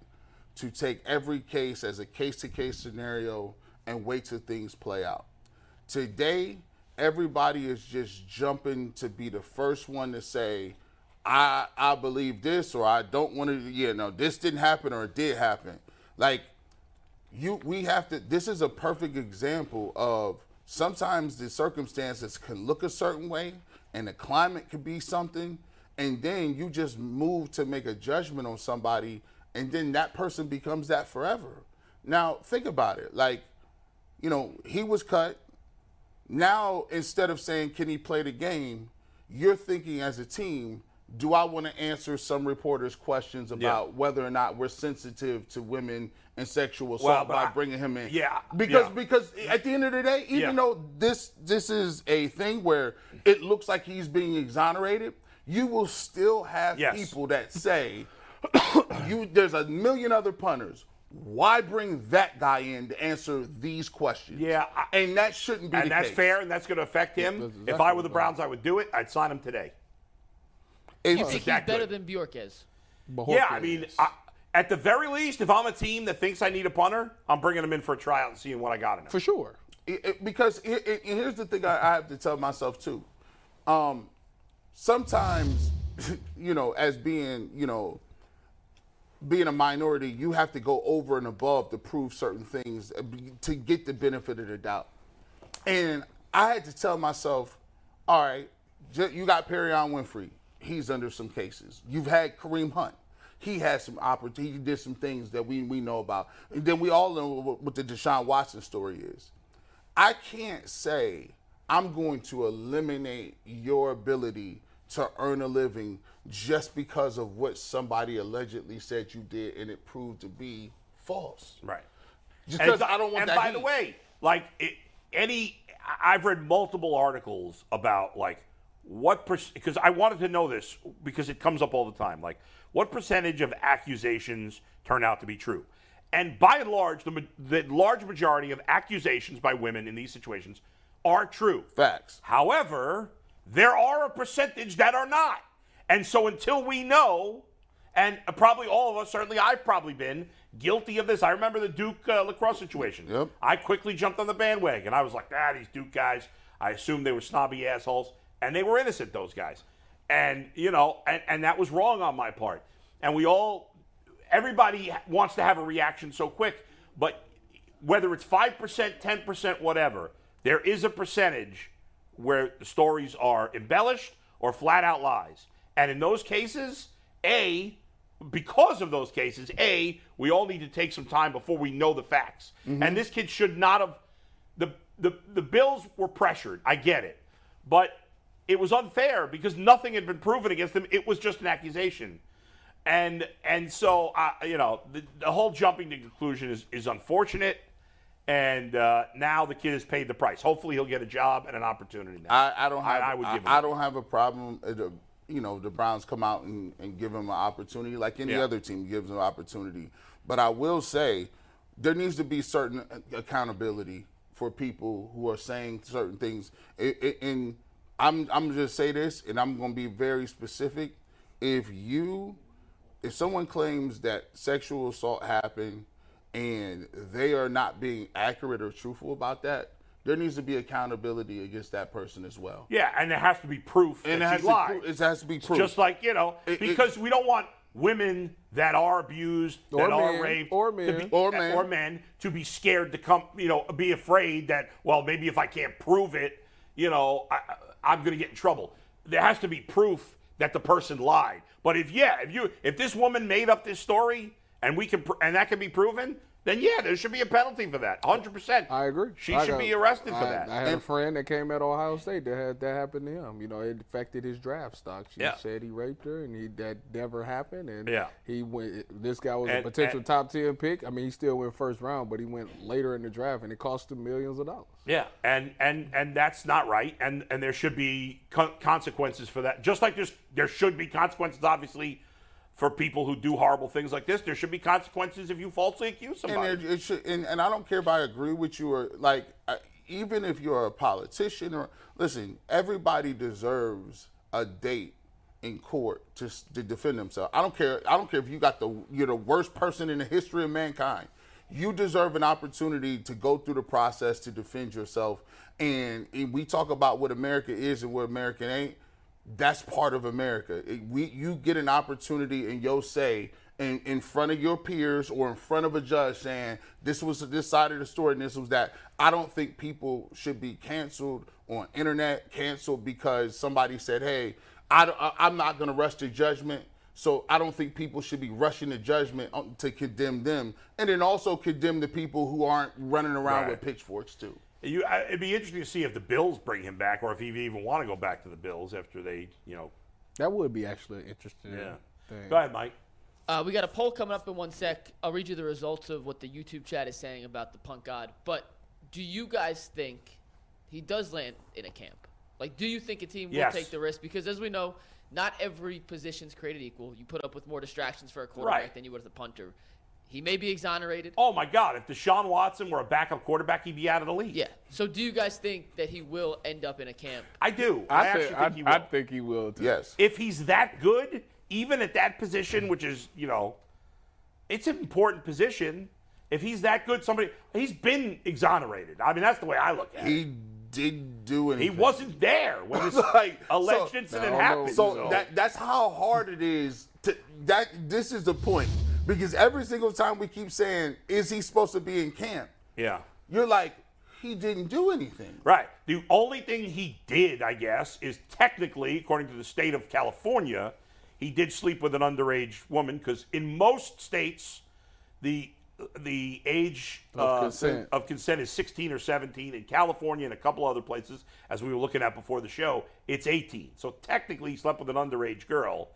[SPEAKER 4] to take every case as a case to case scenario and wait till things play out. Today, everybody is just jumping to be the first one to say, I I believe this or I don't want to yeah, no, this didn't happen or it did happen. Like you we have to this is a perfect example of sometimes the circumstances can look a certain way and the climate could be something and then you just move to make a judgment on somebody and then that person becomes that forever now think about it like you know he was cut now instead of saying can he play the game you're thinking as a team do i want to answer some reporters questions about whether or not we're sensitive to women and sexual
[SPEAKER 2] Well,
[SPEAKER 4] assault
[SPEAKER 2] but
[SPEAKER 4] by
[SPEAKER 2] I-
[SPEAKER 4] bringing him in
[SPEAKER 2] yeah,
[SPEAKER 4] because
[SPEAKER 2] yeah.
[SPEAKER 4] because at the end of the day even
[SPEAKER 2] Yeah.
[SPEAKER 4] though this this is a thing where it looks like he's being exonerated you will still have
[SPEAKER 2] Yes.
[SPEAKER 4] people that say you there's a million other punters why bring that guy in to answer these questions
[SPEAKER 2] Yeah, I-
[SPEAKER 4] and that shouldn't be
[SPEAKER 2] and
[SPEAKER 4] the
[SPEAKER 2] that's
[SPEAKER 4] case.
[SPEAKER 2] fair, and that's going to affect him.
[SPEAKER 3] that's
[SPEAKER 2] if
[SPEAKER 3] exactly
[SPEAKER 2] I were the
[SPEAKER 3] what I-
[SPEAKER 2] Browns, I would do it. I'd sign him today.
[SPEAKER 4] It's-
[SPEAKER 1] You think he's
[SPEAKER 2] Exactly.
[SPEAKER 1] better than Bjorkes?
[SPEAKER 2] Yeah, I mean, I, at the very least, if I'm a team that thinks I need a punter, I'm bringing him in for a tryout and seeing what I got in him.
[SPEAKER 3] for sure.
[SPEAKER 4] it- it- because it, it- here's the thing I, I have to tell myself too. Um, sometimes, you know, as being, you know, being a minority, you have to go over and above to prove certain things uh, be- to get the benefit of the doubt. And I had to tell myself, all right, ju- you got Perry on Winfrey. He's under some cases. You've had Kareem Hunt. He had some opportunity. He did some things that we, we know about. And then we all know what, what the Deshaun Watson story is. I can't say I'm going to eliminate your ability to earn a living just because of what somebody allegedly said you did and it proved to be false.
[SPEAKER 2] Right.
[SPEAKER 4] Just
[SPEAKER 2] And
[SPEAKER 4] because
[SPEAKER 2] th-
[SPEAKER 4] I don't want
[SPEAKER 2] and
[SPEAKER 4] that.
[SPEAKER 2] by
[SPEAKER 4] heat.
[SPEAKER 2] the way, like it, any, I- I've read multiple articles about like what because I wanted to know this because it comes up all the time. Like what percentage of accusations turn out to be true? And by and large, the, ma- the large majority of accusations by women in these situations are true.
[SPEAKER 4] facts.
[SPEAKER 2] However, there are a percentage that are not. And so until we know, and probably all of us, certainly I've probably been guilty of this. I remember the Duke uh, lacrosse situation.
[SPEAKER 4] Yep.
[SPEAKER 2] I quickly jumped on the bandwagon. I was like, ah, these Duke guys, I assumed they were snobby assholes. And they were innocent, those guys. And, you know, and, and that was wrong on my part. And we all, everybody wants to have a reaction so quick, but whether it's 5%, 10%, whatever, there is a percentage where the stories are embellished or flat out lies. And in those cases, A, because of those cases, A, we all need to take some time before we know the facts. And this kid should not have the the the Bills were pressured. I get it. But it was unfair because nothing had been proven against them. It was just an accusation. And and so I you know, the, the whole jumping to conclusion is, is unfortunate. And uh, now the kid has paid the price. Hopefully, he'll get a job and an opportunity. Now.
[SPEAKER 4] I, I don't
[SPEAKER 2] I-
[SPEAKER 4] have. I,
[SPEAKER 2] I would give him
[SPEAKER 4] I
[SPEAKER 2] that.
[SPEAKER 4] don't have a problem. At the, you know, the Browns come out and, and give him an opportunity, like any
[SPEAKER 2] Yeah.
[SPEAKER 4] other team gives an opportunity. But I will say, there needs to be certain a- accountability for people who are saying certain things. I- I- and I'm I'm just say this, and I'm going to be very specific. If you if someone claims that sexual assault happened and they are not being accurate or truthful about that, there needs to be accountability against that person as well.
[SPEAKER 2] Yeah, and there has to be proof
[SPEAKER 4] And it
[SPEAKER 2] that
[SPEAKER 4] has,
[SPEAKER 2] he
[SPEAKER 4] to,
[SPEAKER 2] lied.
[SPEAKER 4] pro- it has to be proof.
[SPEAKER 2] Just like you know,
[SPEAKER 4] It- it-
[SPEAKER 2] because we don't want women that are abused,
[SPEAKER 3] Or
[SPEAKER 2] that are
[SPEAKER 3] men,
[SPEAKER 2] raped,
[SPEAKER 3] or
[SPEAKER 2] to
[SPEAKER 3] men.
[SPEAKER 2] be,
[SPEAKER 4] Or men.
[SPEAKER 2] or men to be scared to come. You know, be afraid that well, maybe if I can't prove it, you know, I, I- I'm going to get in trouble. There has to be proof that the person lied. But if yeah, if you if this woman made up this story and we can pr- and that can be proven. Then yeah, there should be a penalty for that. 100%.
[SPEAKER 3] I agree.
[SPEAKER 2] She
[SPEAKER 3] I
[SPEAKER 2] should
[SPEAKER 3] got-
[SPEAKER 2] be arrested for
[SPEAKER 3] I-
[SPEAKER 2] that.
[SPEAKER 3] I had a friend that came at Ohio State that had that happened to him. You know, it affected his draft stock. She
[SPEAKER 2] Yeah.
[SPEAKER 3] said he raped her, and he that never happened. And
[SPEAKER 2] Yeah.
[SPEAKER 3] he went. This guy was
[SPEAKER 2] And-
[SPEAKER 3] a potential
[SPEAKER 2] and-
[SPEAKER 3] top ten pick. I mean, he still went first round, but he went later in the draft, and it cost him millions of dollars.
[SPEAKER 2] Yeah, and and and that's not right, and and there should be co- consequences for that. Just like there's there should be consequences, obviously, for people who do horrible things like this. There should be consequences if you falsely accuse
[SPEAKER 4] and
[SPEAKER 2] somebody.
[SPEAKER 4] it, it should, and, and I don't care if I agree with you or like, I, even if you're a politician or listen, everybody deserves a date in court to, s- to defend themselves. I don't care. I don't care if you got the you're the worst person in the history of mankind. You deserve an opportunity to go through the process to defend yourself. And, and we talk about what America is and what America ain't. That's part of America. It- we, you get an opportunity and your say in, in front of your peers or in front of a judge saying this was this side of the story and this was that. I don't think people should be canceled on internet, canceled because somebody said, hey, I, don't- I, I'm not going to rush to judgment. So I don't think people should be rushing to judgment on- to condemn them and then also condemn the people who aren't running around
[SPEAKER 2] Right.
[SPEAKER 4] with pitchforks too.
[SPEAKER 2] You, I, it'd be interesting to see if the Bills bring him back, or if he even want to go back to the Bills after they, you know,
[SPEAKER 3] That would be actually an interesting.
[SPEAKER 2] yeah.
[SPEAKER 3] Thing.
[SPEAKER 2] Go ahead, Mike.
[SPEAKER 1] Uh, we got a poll coming up in one sec. I'll read you the results of what the YouTube chat is saying about the punk god. But do you guys think he does land in a camp? Like, do you think a team will
[SPEAKER 2] Yes.
[SPEAKER 1] take the risk? Because as we know, not every position's created equal. You put up with more distractions for a quarterback
[SPEAKER 2] Right.
[SPEAKER 1] than you would with a punter. He may be exonerated.
[SPEAKER 2] Oh my God, if Deshaun Watson were a backup quarterback, he'd be out of the league.
[SPEAKER 1] Yeah. So do you guys think that he will end up in a camp?
[SPEAKER 2] I do. I,
[SPEAKER 3] I,
[SPEAKER 2] actually
[SPEAKER 3] think,
[SPEAKER 2] think
[SPEAKER 3] I,
[SPEAKER 2] he
[SPEAKER 3] I
[SPEAKER 2] will.
[SPEAKER 3] think he will. Too.
[SPEAKER 4] Yes.
[SPEAKER 2] if he's that good, even at that position, which is, you know, it's an important position. If he's that good, somebody he's been exonerated. I mean, that's the way I look at it.
[SPEAKER 4] He didn't do
[SPEAKER 2] He
[SPEAKER 4] anything.
[SPEAKER 2] wasn't there when this
[SPEAKER 4] Like,
[SPEAKER 2] alleged
[SPEAKER 4] so-
[SPEAKER 2] incident
[SPEAKER 3] No, no.
[SPEAKER 2] happened.
[SPEAKER 4] So that that's how hard it is to that this is the point. Because every single time we keep saying, is he supposed to be in camp?
[SPEAKER 2] yeah.
[SPEAKER 4] You're like, he didn't do anything.
[SPEAKER 2] Right. The only thing he did, I guess, is technically, according to the state of California, he did sleep with an underage woman because in most states, the the age
[SPEAKER 3] Of
[SPEAKER 2] uh,
[SPEAKER 3] consent.
[SPEAKER 2] of consent is 16 or 17. In California and a couple other places, as we were looking at before the show, it's 18. So technically, he slept with an underage girl.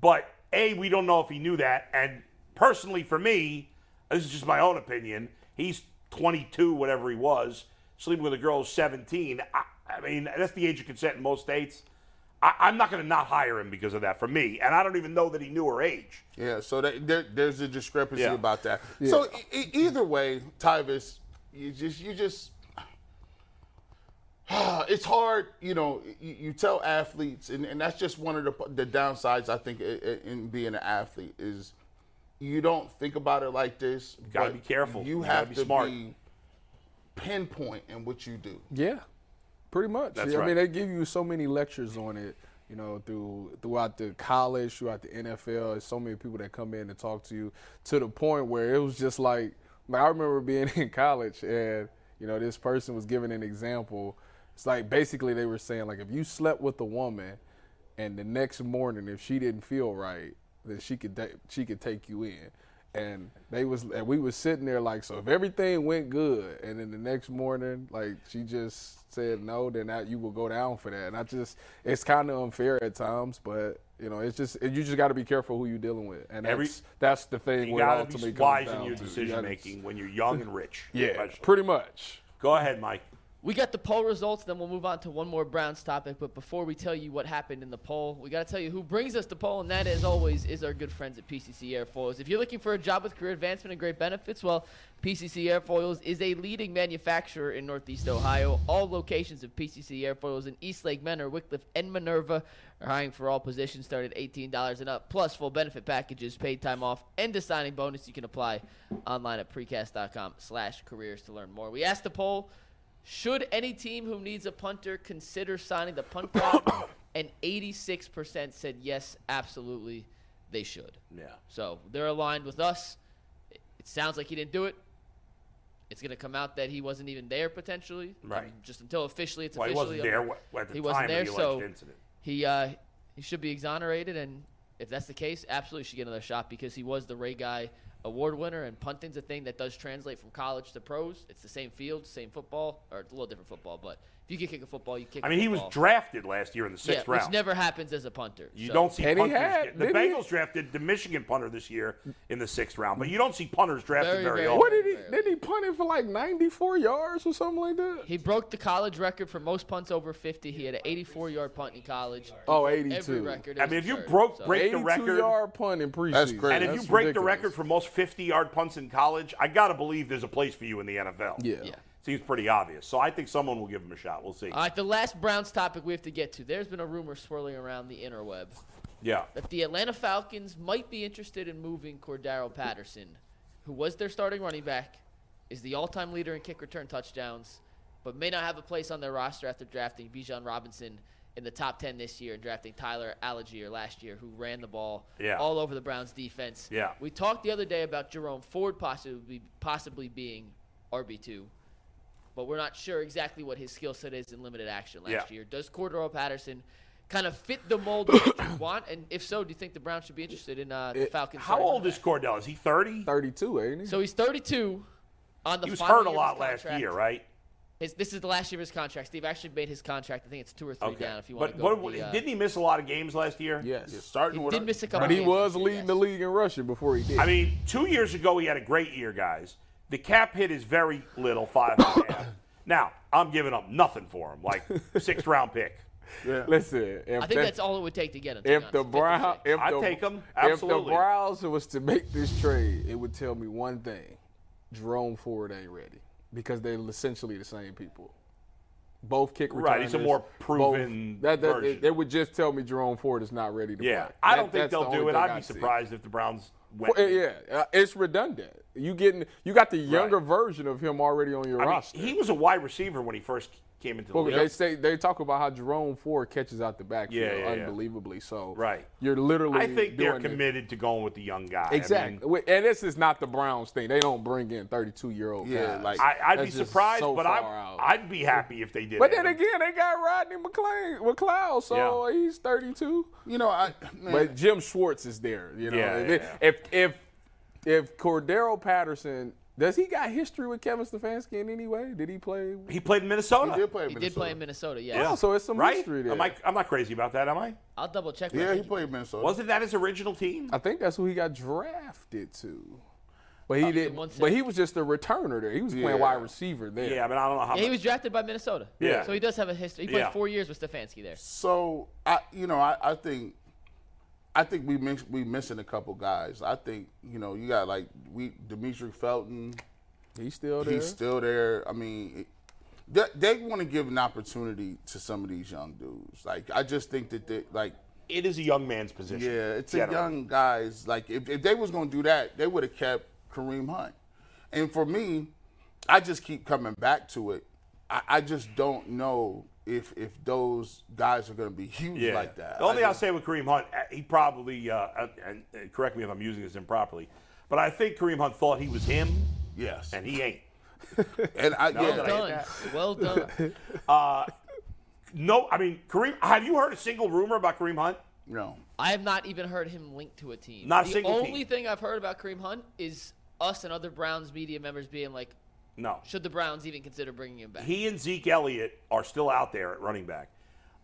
[SPEAKER 2] But A, we don't know if he knew that. And personally, for me, this is just my own opinion, he's 22, whatever he was, sleeping with a girl who's 17. I, I mean, that's the age of consent in most states. I, I'm not going to not hire him because of that for me. And I don't even know that he knew her age.
[SPEAKER 4] Yeah, so that, there, there's a discrepancy
[SPEAKER 2] Yeah.
[SPEAKER 4] about that. So e- e- either way, Tyvis, you just you just it's hard, you know. You, you tell athletes, and, and that's just one of the the downsides I think i- i- in being an athlete is you don't think about it like this. You
[SPEAKER 2] gotta be careful.
[SPEAKER 4] You,
[SPEAKER 2] You gotta
[SPEAKER 4] have
[SPEAKER 2] be
[SPEAKER 4] to
[SPEAKER 2] smart.
[SPEAKER 4] be pinpoint in what you do.
[SPEAKER 3] Yeah, pretty much.
[SPEAKER 2] That's
[SPEAKER 3] Yeah, I
[SPEAKER 2] right.
[SPEAKER 3] mean, they give you so many lectures on it, you know, through throughout the college, throughout the NFL. There's so many people that come in and talk to you to the point where it was just like, like I remember being in college and you know this person was giving an example. It's like basically they were saying like if you slept with a woman and the next morning if she didn't feel right then she could da- she could take you in and they was and we was sitting there like so if everything went good and then the next morning like she just said no then that you will go down for that and i just it's kind of unfair at times but you know it's just you just got to be careful who you're dealing with and
[SPEAKER 2] Every-
[SPEAKER 3] that's that's the thing
[SPEAKER 2] You
[SPEAKER 3] where it
[SPEAKER 2] got to
[SPEAKER 3] ultimately
[SPEAKER 2] be
[SPEAKER 3] comes
[SPEAKER 2] wise
[SPEAKER 3] down
[SPEAKER 2] in your
[SPEAKER 3] to. You
[SPEAKER 2] decision
[SPEAKER 3] gotta-
[SPEAKER 2] making when you're young and rich.
[SPEAKER 3] yeah
[SPEAKER 2] especially.
[SPEAKER 3] pretty much
[SPEAKER 2] Go ahead, Mike.
[SPEAKER 1] We got the poll results, then we'll move on to one more Browns topic. But before we tell you what happened in the poll, we got to tell you who brings us the poll, and that, as always, is our good friends at PCC Airfoils. If you're looking for a job with career advancement and great benefits, well, PCC Airfoils is a leading manufacturer in Northeast Ohio. All locations of PCC Airfoils in Eastlake, Menor, Wickliffe, and Minerva are hiring for all positions starting at $18 and up, plus full benefit packages, paid time off, and a signing bonus. You can apply online at precast.com slash careers to learn more. We asked the poll. Should any team who needs a punter consider signing the punt prop? and 86% said yes, absolutely, they should.
[SPEAKER 2] Yeah.
[SPEAKER 1] So they're aligned with us. It, it sounds like he didn't do it. It's going to come out that he wasn't even there potentially. I
[SPEAKER 2] Right.
[SPEAKER 1] mean, just until officially it's
[SPEAKER 2] Well, he
[SPEAKER 1] officially.
[SPEAKER 2] wasn't
[SPEAKER 1] I
[SPEAKER 2] there
[SPEAKER 1] mean,
[SPEAKER 2] wh- at the
[SPEAKER 1] he
[SPEAKER 2] time
[SPEAKER 1] wasn't there,
[SPEAKER 2] of the
[SPEAKER 1] so
[SPEAKER 2] alleged incident.
[SPEAKER 1] he uh, he should be exonerated, and if that's the case, absolutely should get another shot because he was the Ray Guy Award winner, and punting's a thing that does translate from college to pros. It's the same field, same football, or it's a little different football, but if you can kick a football, you kick.
[SPEAKER 2] I
[SPEAKER 1] a
[SPEAKER 2] mean, he was
[SPEAKER 1] football.
[SPEAKER 2] drafted last year in the sixth
[SPEAKER 1] yeah,
[SPEAKER 2] round.
[SPEAKER 1] which never happens as a punter.
[SPEAKER 2] You
[SPEAKER 1] so-
[SPEAKER 2] don't see
[SPEAKER 3] And he
[SPEAKER 2] punters.
[SPEAKER 3] had-
[SPEAKER 2] get- the
[SPEAKER 3] didn't he?
[SPEAKER 2] Bengals drafted the Michigan punter this year in the sixth round, but you don't see punters drafted
[SPEAKER 1] Very,
[SPEAKER 2] very,
[SPEAKER 1] very
[SPEAKER 2] often.
[SPEAKER 3] what did he did he punt it for like 94 yards or something like that
[SPEAKER 1] He broke the college record for most punts over 50. He had an 84-yard punt in college.
[SPEAKER 3] oh
[SPEAKER 1] Every
[SPEAKER 3] 82
[SPEAKER 1] record.
[SPEAKER 2] I
[SPEAKER 1] is
[SPEAKER 2] mean, if you
[SPEAKER 1] absurd,
[SPEAKER 2] broke-
[SPEAKER 1] so-
[SPEAKER 2] break the
[SPEAKER 3] 82
[SPEAKER 2] record.
[SPEAKER 3] yard punt in preseason
[SPEAKER 4] That's great.
[SPEAKER 2] And if you
[SPEAKER 3] That's
[SPEAKER 2] break the
[SPEAKER 3] ridiculous.
[SPEAKER 2] record for most 50 yard punts in college, I got to believe there's a place for you in the NFL.
[SPEAKER 3] yeah.
[SPEAKER 1] Yeah.
[SPEAKER 2] Seems pretty obvious. So I think someone will give him a shot. We'll see.
[SPEAKER 1] All right, the last Browns topic we have to get to. There's been a rumor swirling around the interweb
[SPEAKER 2] yeah.
[SPEAKER 1] that the Atlanta Falcons might be interested in moving Cordaro Patterson, who was their starting running back, is the all-time leader in kick return touchdowns, but may not have a place on their roster after drafting Bijan Robinson in the top 10 this year and drafting Tyler Allegier last year, who ran the ball
[SPEAKER 2] Yeah.
[SPEAKER 1] all over the Browns' defense.
[SPEAKER 2] Yeah.
[SPEAKER 1] We talked the other day about Jerome Ford possibly possibly being RB2, but we're not sure exactly what his skill set is in limited action last
[SPEAKER 2] Yeah.
[SPEAKER 1] year. Does Cordero Patterson kind of fit the mold of what you want? And if so, do you think the Browns should be interested in uh, the Falcons?
[SPEAKER 2] How
[SPEAKER 1] starting
[SPEAKER 2] old is
[SPEAKER 1] quarterback?
[SPEAKER 2] Cordell? Is he 30?
[SPEAKER 3] 32 ain't he
[SPEAKER 1] So he's 32 on the
[SPEAKER 2] He was
[SPEAKER 1] final
[SPEAKER 2] hurt
[SPEAKER 1] year
[SPEAKER 2] a
[SPEAKER 1] of his
[SPEAKER 2] lot last
[SPEAKER 1] contract.
[SPEAKER 2] year, right?
[SPEAKER 1] His, this is the last year of his contract. Steve actually made his contract. I think it's two or three down. If you want
[SPEAKER 2] but
[SPEAKER 1] to go,
[SPEAKER 2] what-
[SPEAKER 1] to the, uh,
[SPEAKER 2] didn't he miss a lot of games last year?
[SPEAKER 4] You're
[SPEAKER 3] yes
[SPEAKER 4] starting
[SPEAKER 1] he
[SPEAKER 4] with
[SPEAKER 1] did miss a couple.
[SPEAKER 3] but he
[SPEAKER 1] games
[SPEAKER 3] was
[SPEAKER 1] this year,
[SPEAKER 3] leading the
[SPEAKER 1] yes.
[SPEAKER 3] league in rushing before he did
[SPEAKER 2] I mean, two years ago he had a great year, guys. The cap hit is very little, five and a half. Now I'm giving up nothing for him, like sixth round pick.
[SPEAKER 3] Listen, if,
[SPEAKER 1] I think
[SPEAKER 3] that-
[SPEAKER 1] that's all it would take to get him. to be
[SPEAKER 3] if the
[SPEAKER 1] honest.
[SPEAKER 3] Brown,
[SPEAKER 1] 56.
[SPEAKER 3] if
[SPEAKER 2] I'd
[SPEAKER 3] the,
[SPEAKER 2] take 'em,
[SPEAKER 3] If the
[SPEAKER 2] absolutely.
[SPEAKER 3] Browns was to make this trade, it would tell me one thing: Jerome Ford ain't ready because they're essentially the same people. Both kick returners.
[SPEAKER 2] Right, he's a more
[SPEAKER 3] both-
[SPEAKER 2] proven
[SPEAKER 3] that, that,
[SPEAKER 2] version.
[SPEAKER 3] It, it would just tell me Jerome Ford is not ready to
[SPEAKER 2] Yeah,
[SPEAKER 3] play.
[SPEAKER 2] I
[SPEAKER 3] That-
[SPEAKER 2] don't think
[SPEAKER 3] that's the
[SPEAKER 2] they'll do
[SPEAKER 3] only
[SPEAKER 2] it.
[SPEAKER 3] thing
[SPEAKER 2] I'd
[SPEAKER 3] I
[SPEAKER 2] be
[SPEAKER 3] see.
[SPEAKER 2] surprised if the Browns went.
[SPEAKER 3] Well, yeah, uh, it's redundant. You getting you got the younger version of him already on your
[SPEAKER 2] I mean,
[SPEAKER 3] roster.
[SPEAKER 2] he was a wide receiver when he first came into the
[SPEAKER 3] Well,
[SPEAKER 2] league.
[SPEAKER 3] They say they talk about how Jerome Ford catches out the backfield
[SPEAKER 2] Yeah, yeah, yeah.
[SPEAKER 3] unbelievably. So
[SPEAKER 2] Right.
[SPEAKER 3] you're literally.
[SPEAKER 2] I think they're
[SPEAKER 3] doing it.
[SPEAKER 2] committed to going with the young guy. I
[SPEAKER 3] Exactly,
[SPEAKER 2] mean,
[SPEAKER 3] Wait, and this is not the Browns thing. They don't bring in 32 year old
[SPEAKER 4] Yeah,
[SPEAKER 3] guys.
[SPEAKER 4] like-
[SPEAKER 2] I, I'd be
[SPEAKER 3] That's just
[SPEAKER 2] surprised,
[SPEAKER 3] so
[SPEAKER 2] but
[SPEAKER 3] far
[SPEAKER 2] I,
[SPEAKER 3] out.
[SPEAKER 2] I'd be happy if they did.
[SPEAKER 3] but
[SPEAKER 2] have
[SPEAKER 3] then
[SPEAKER 2] him.
[SPEAKER 3] again, they got Rodney McLean, McLeod, so
[SPEAKER 2] Yeah.
[SPEAKER 3] he's 32.
[SPEAKER 4] You know, I man,
[SPEAKER 3] But Jim Schwartz is there. You know,
[SPEAKER 2] Yeah,
[SPEAKER 3] if,
[SPEAKER 2] yeah.
[SPEAKER 3] if if if Cordero Patterson does he got history with Kevin Stefanski in any way? Did he play?
[SPEAKER 2] he played in Minnesota.
[SPEAKER 4] he did play.
[SPEAKER 1] He did play in Minnesota, yes.
[SPEAKER 3] Yeah, so it's some
[SPEAKER 2] right?
[SPEAKER 3] history there.
[SPEAKER 2] Am I, I'm not crazy about that, am I?
[SPEAKER 1] I'll double check. but I
[SPEAKER 4] Yeah, he
[SPEAKER 1] think
[SPEAKER 4] played Minnesota.
[SPEAKER 2] Wasn't that his original team?
[SPEAKER 3] I think that's who he got drafted to. But he didn't.
[SPEAKER 1] one
[SPEAKER 3] But
[SPEAKER 1] second.
[SPEAKER 3] he was just a returner there. He was
[SPEAKER 4] Yeah.
[SPEAKER 3] playing wide receiver there.
[SPEAKER 2] yeah, I mean, I don't know how.
[SPEAKER 1] Yeah, he
[SPEAKER 2] much-
[SPEAKER 1] was drafted by Minnesota.
[SPEAKER 2] Yeah.
[SPEAKER 1] So he does have a history. He played
[SPEAKER 2] Yeah.
[SPEAKER 1] four years with Stefanski there.
[SPEAKER 4] So I, you know, I, I think, I think we miss, we missing a couple guys. I think you know you got like we Dimitri Felton.
[SPEAKER 3] he's still there.
[SPEAKER 4] He's still there. I mean, it, they, they want to give an opportunity to some of these young dudes. Like I just think that they like
[SPEAKER 2] it is a young man's position.
[SPEAKER 4] yeah, it's a
[SPEAKER 2] generally.
[SPEAKER 4] young guys. Like if, if they was gonna do that, they would have kept Kareem Hunt. And for me, I just keep coming back to it. I, I just don't know if if those guys are gonna be huge
[SPEAKER 2] Yeah.
[SPEAKER 4] like that.
[SPEAKER 2] The only
[SPEAKER 4] I
[SPEAKER 2] thing I'll
[SPEAKER 4] just-
[SPEAKER 2] say with Kareem Hunt, uh, he probably, uh, uh, and, and correct me if I'm using this improperly, but I think Kareem Hunt thought he was him,
[SPEAKER 4] yes,
[SPEAKER 2] and he ain't.
[SPEAKER 4] and I yeah,
[SPEAKER 2] that I-
[SPEAKER 1] Done. Well done.
[SPEAKER 2] No, I mean, Kareem, have you heard a single rumor about Kareem Hunt?
[SPEAKER 4] no.
[SPEAKER 1] I have not even heard him linked to a team.
[SPEAKER 2] Not a
[SPEAKER 1] the
[SPEAKER 2] single team.
[SPEAKER 1] only thing I've heard about Kareem Hunt is us and other Browns media members being like,
[SPEAKER 2] No.
[SPEAKER 1] should the Browns even consider bringing him back?
[SPEAKER 2] He and Zeke Elliott are still out there at running back.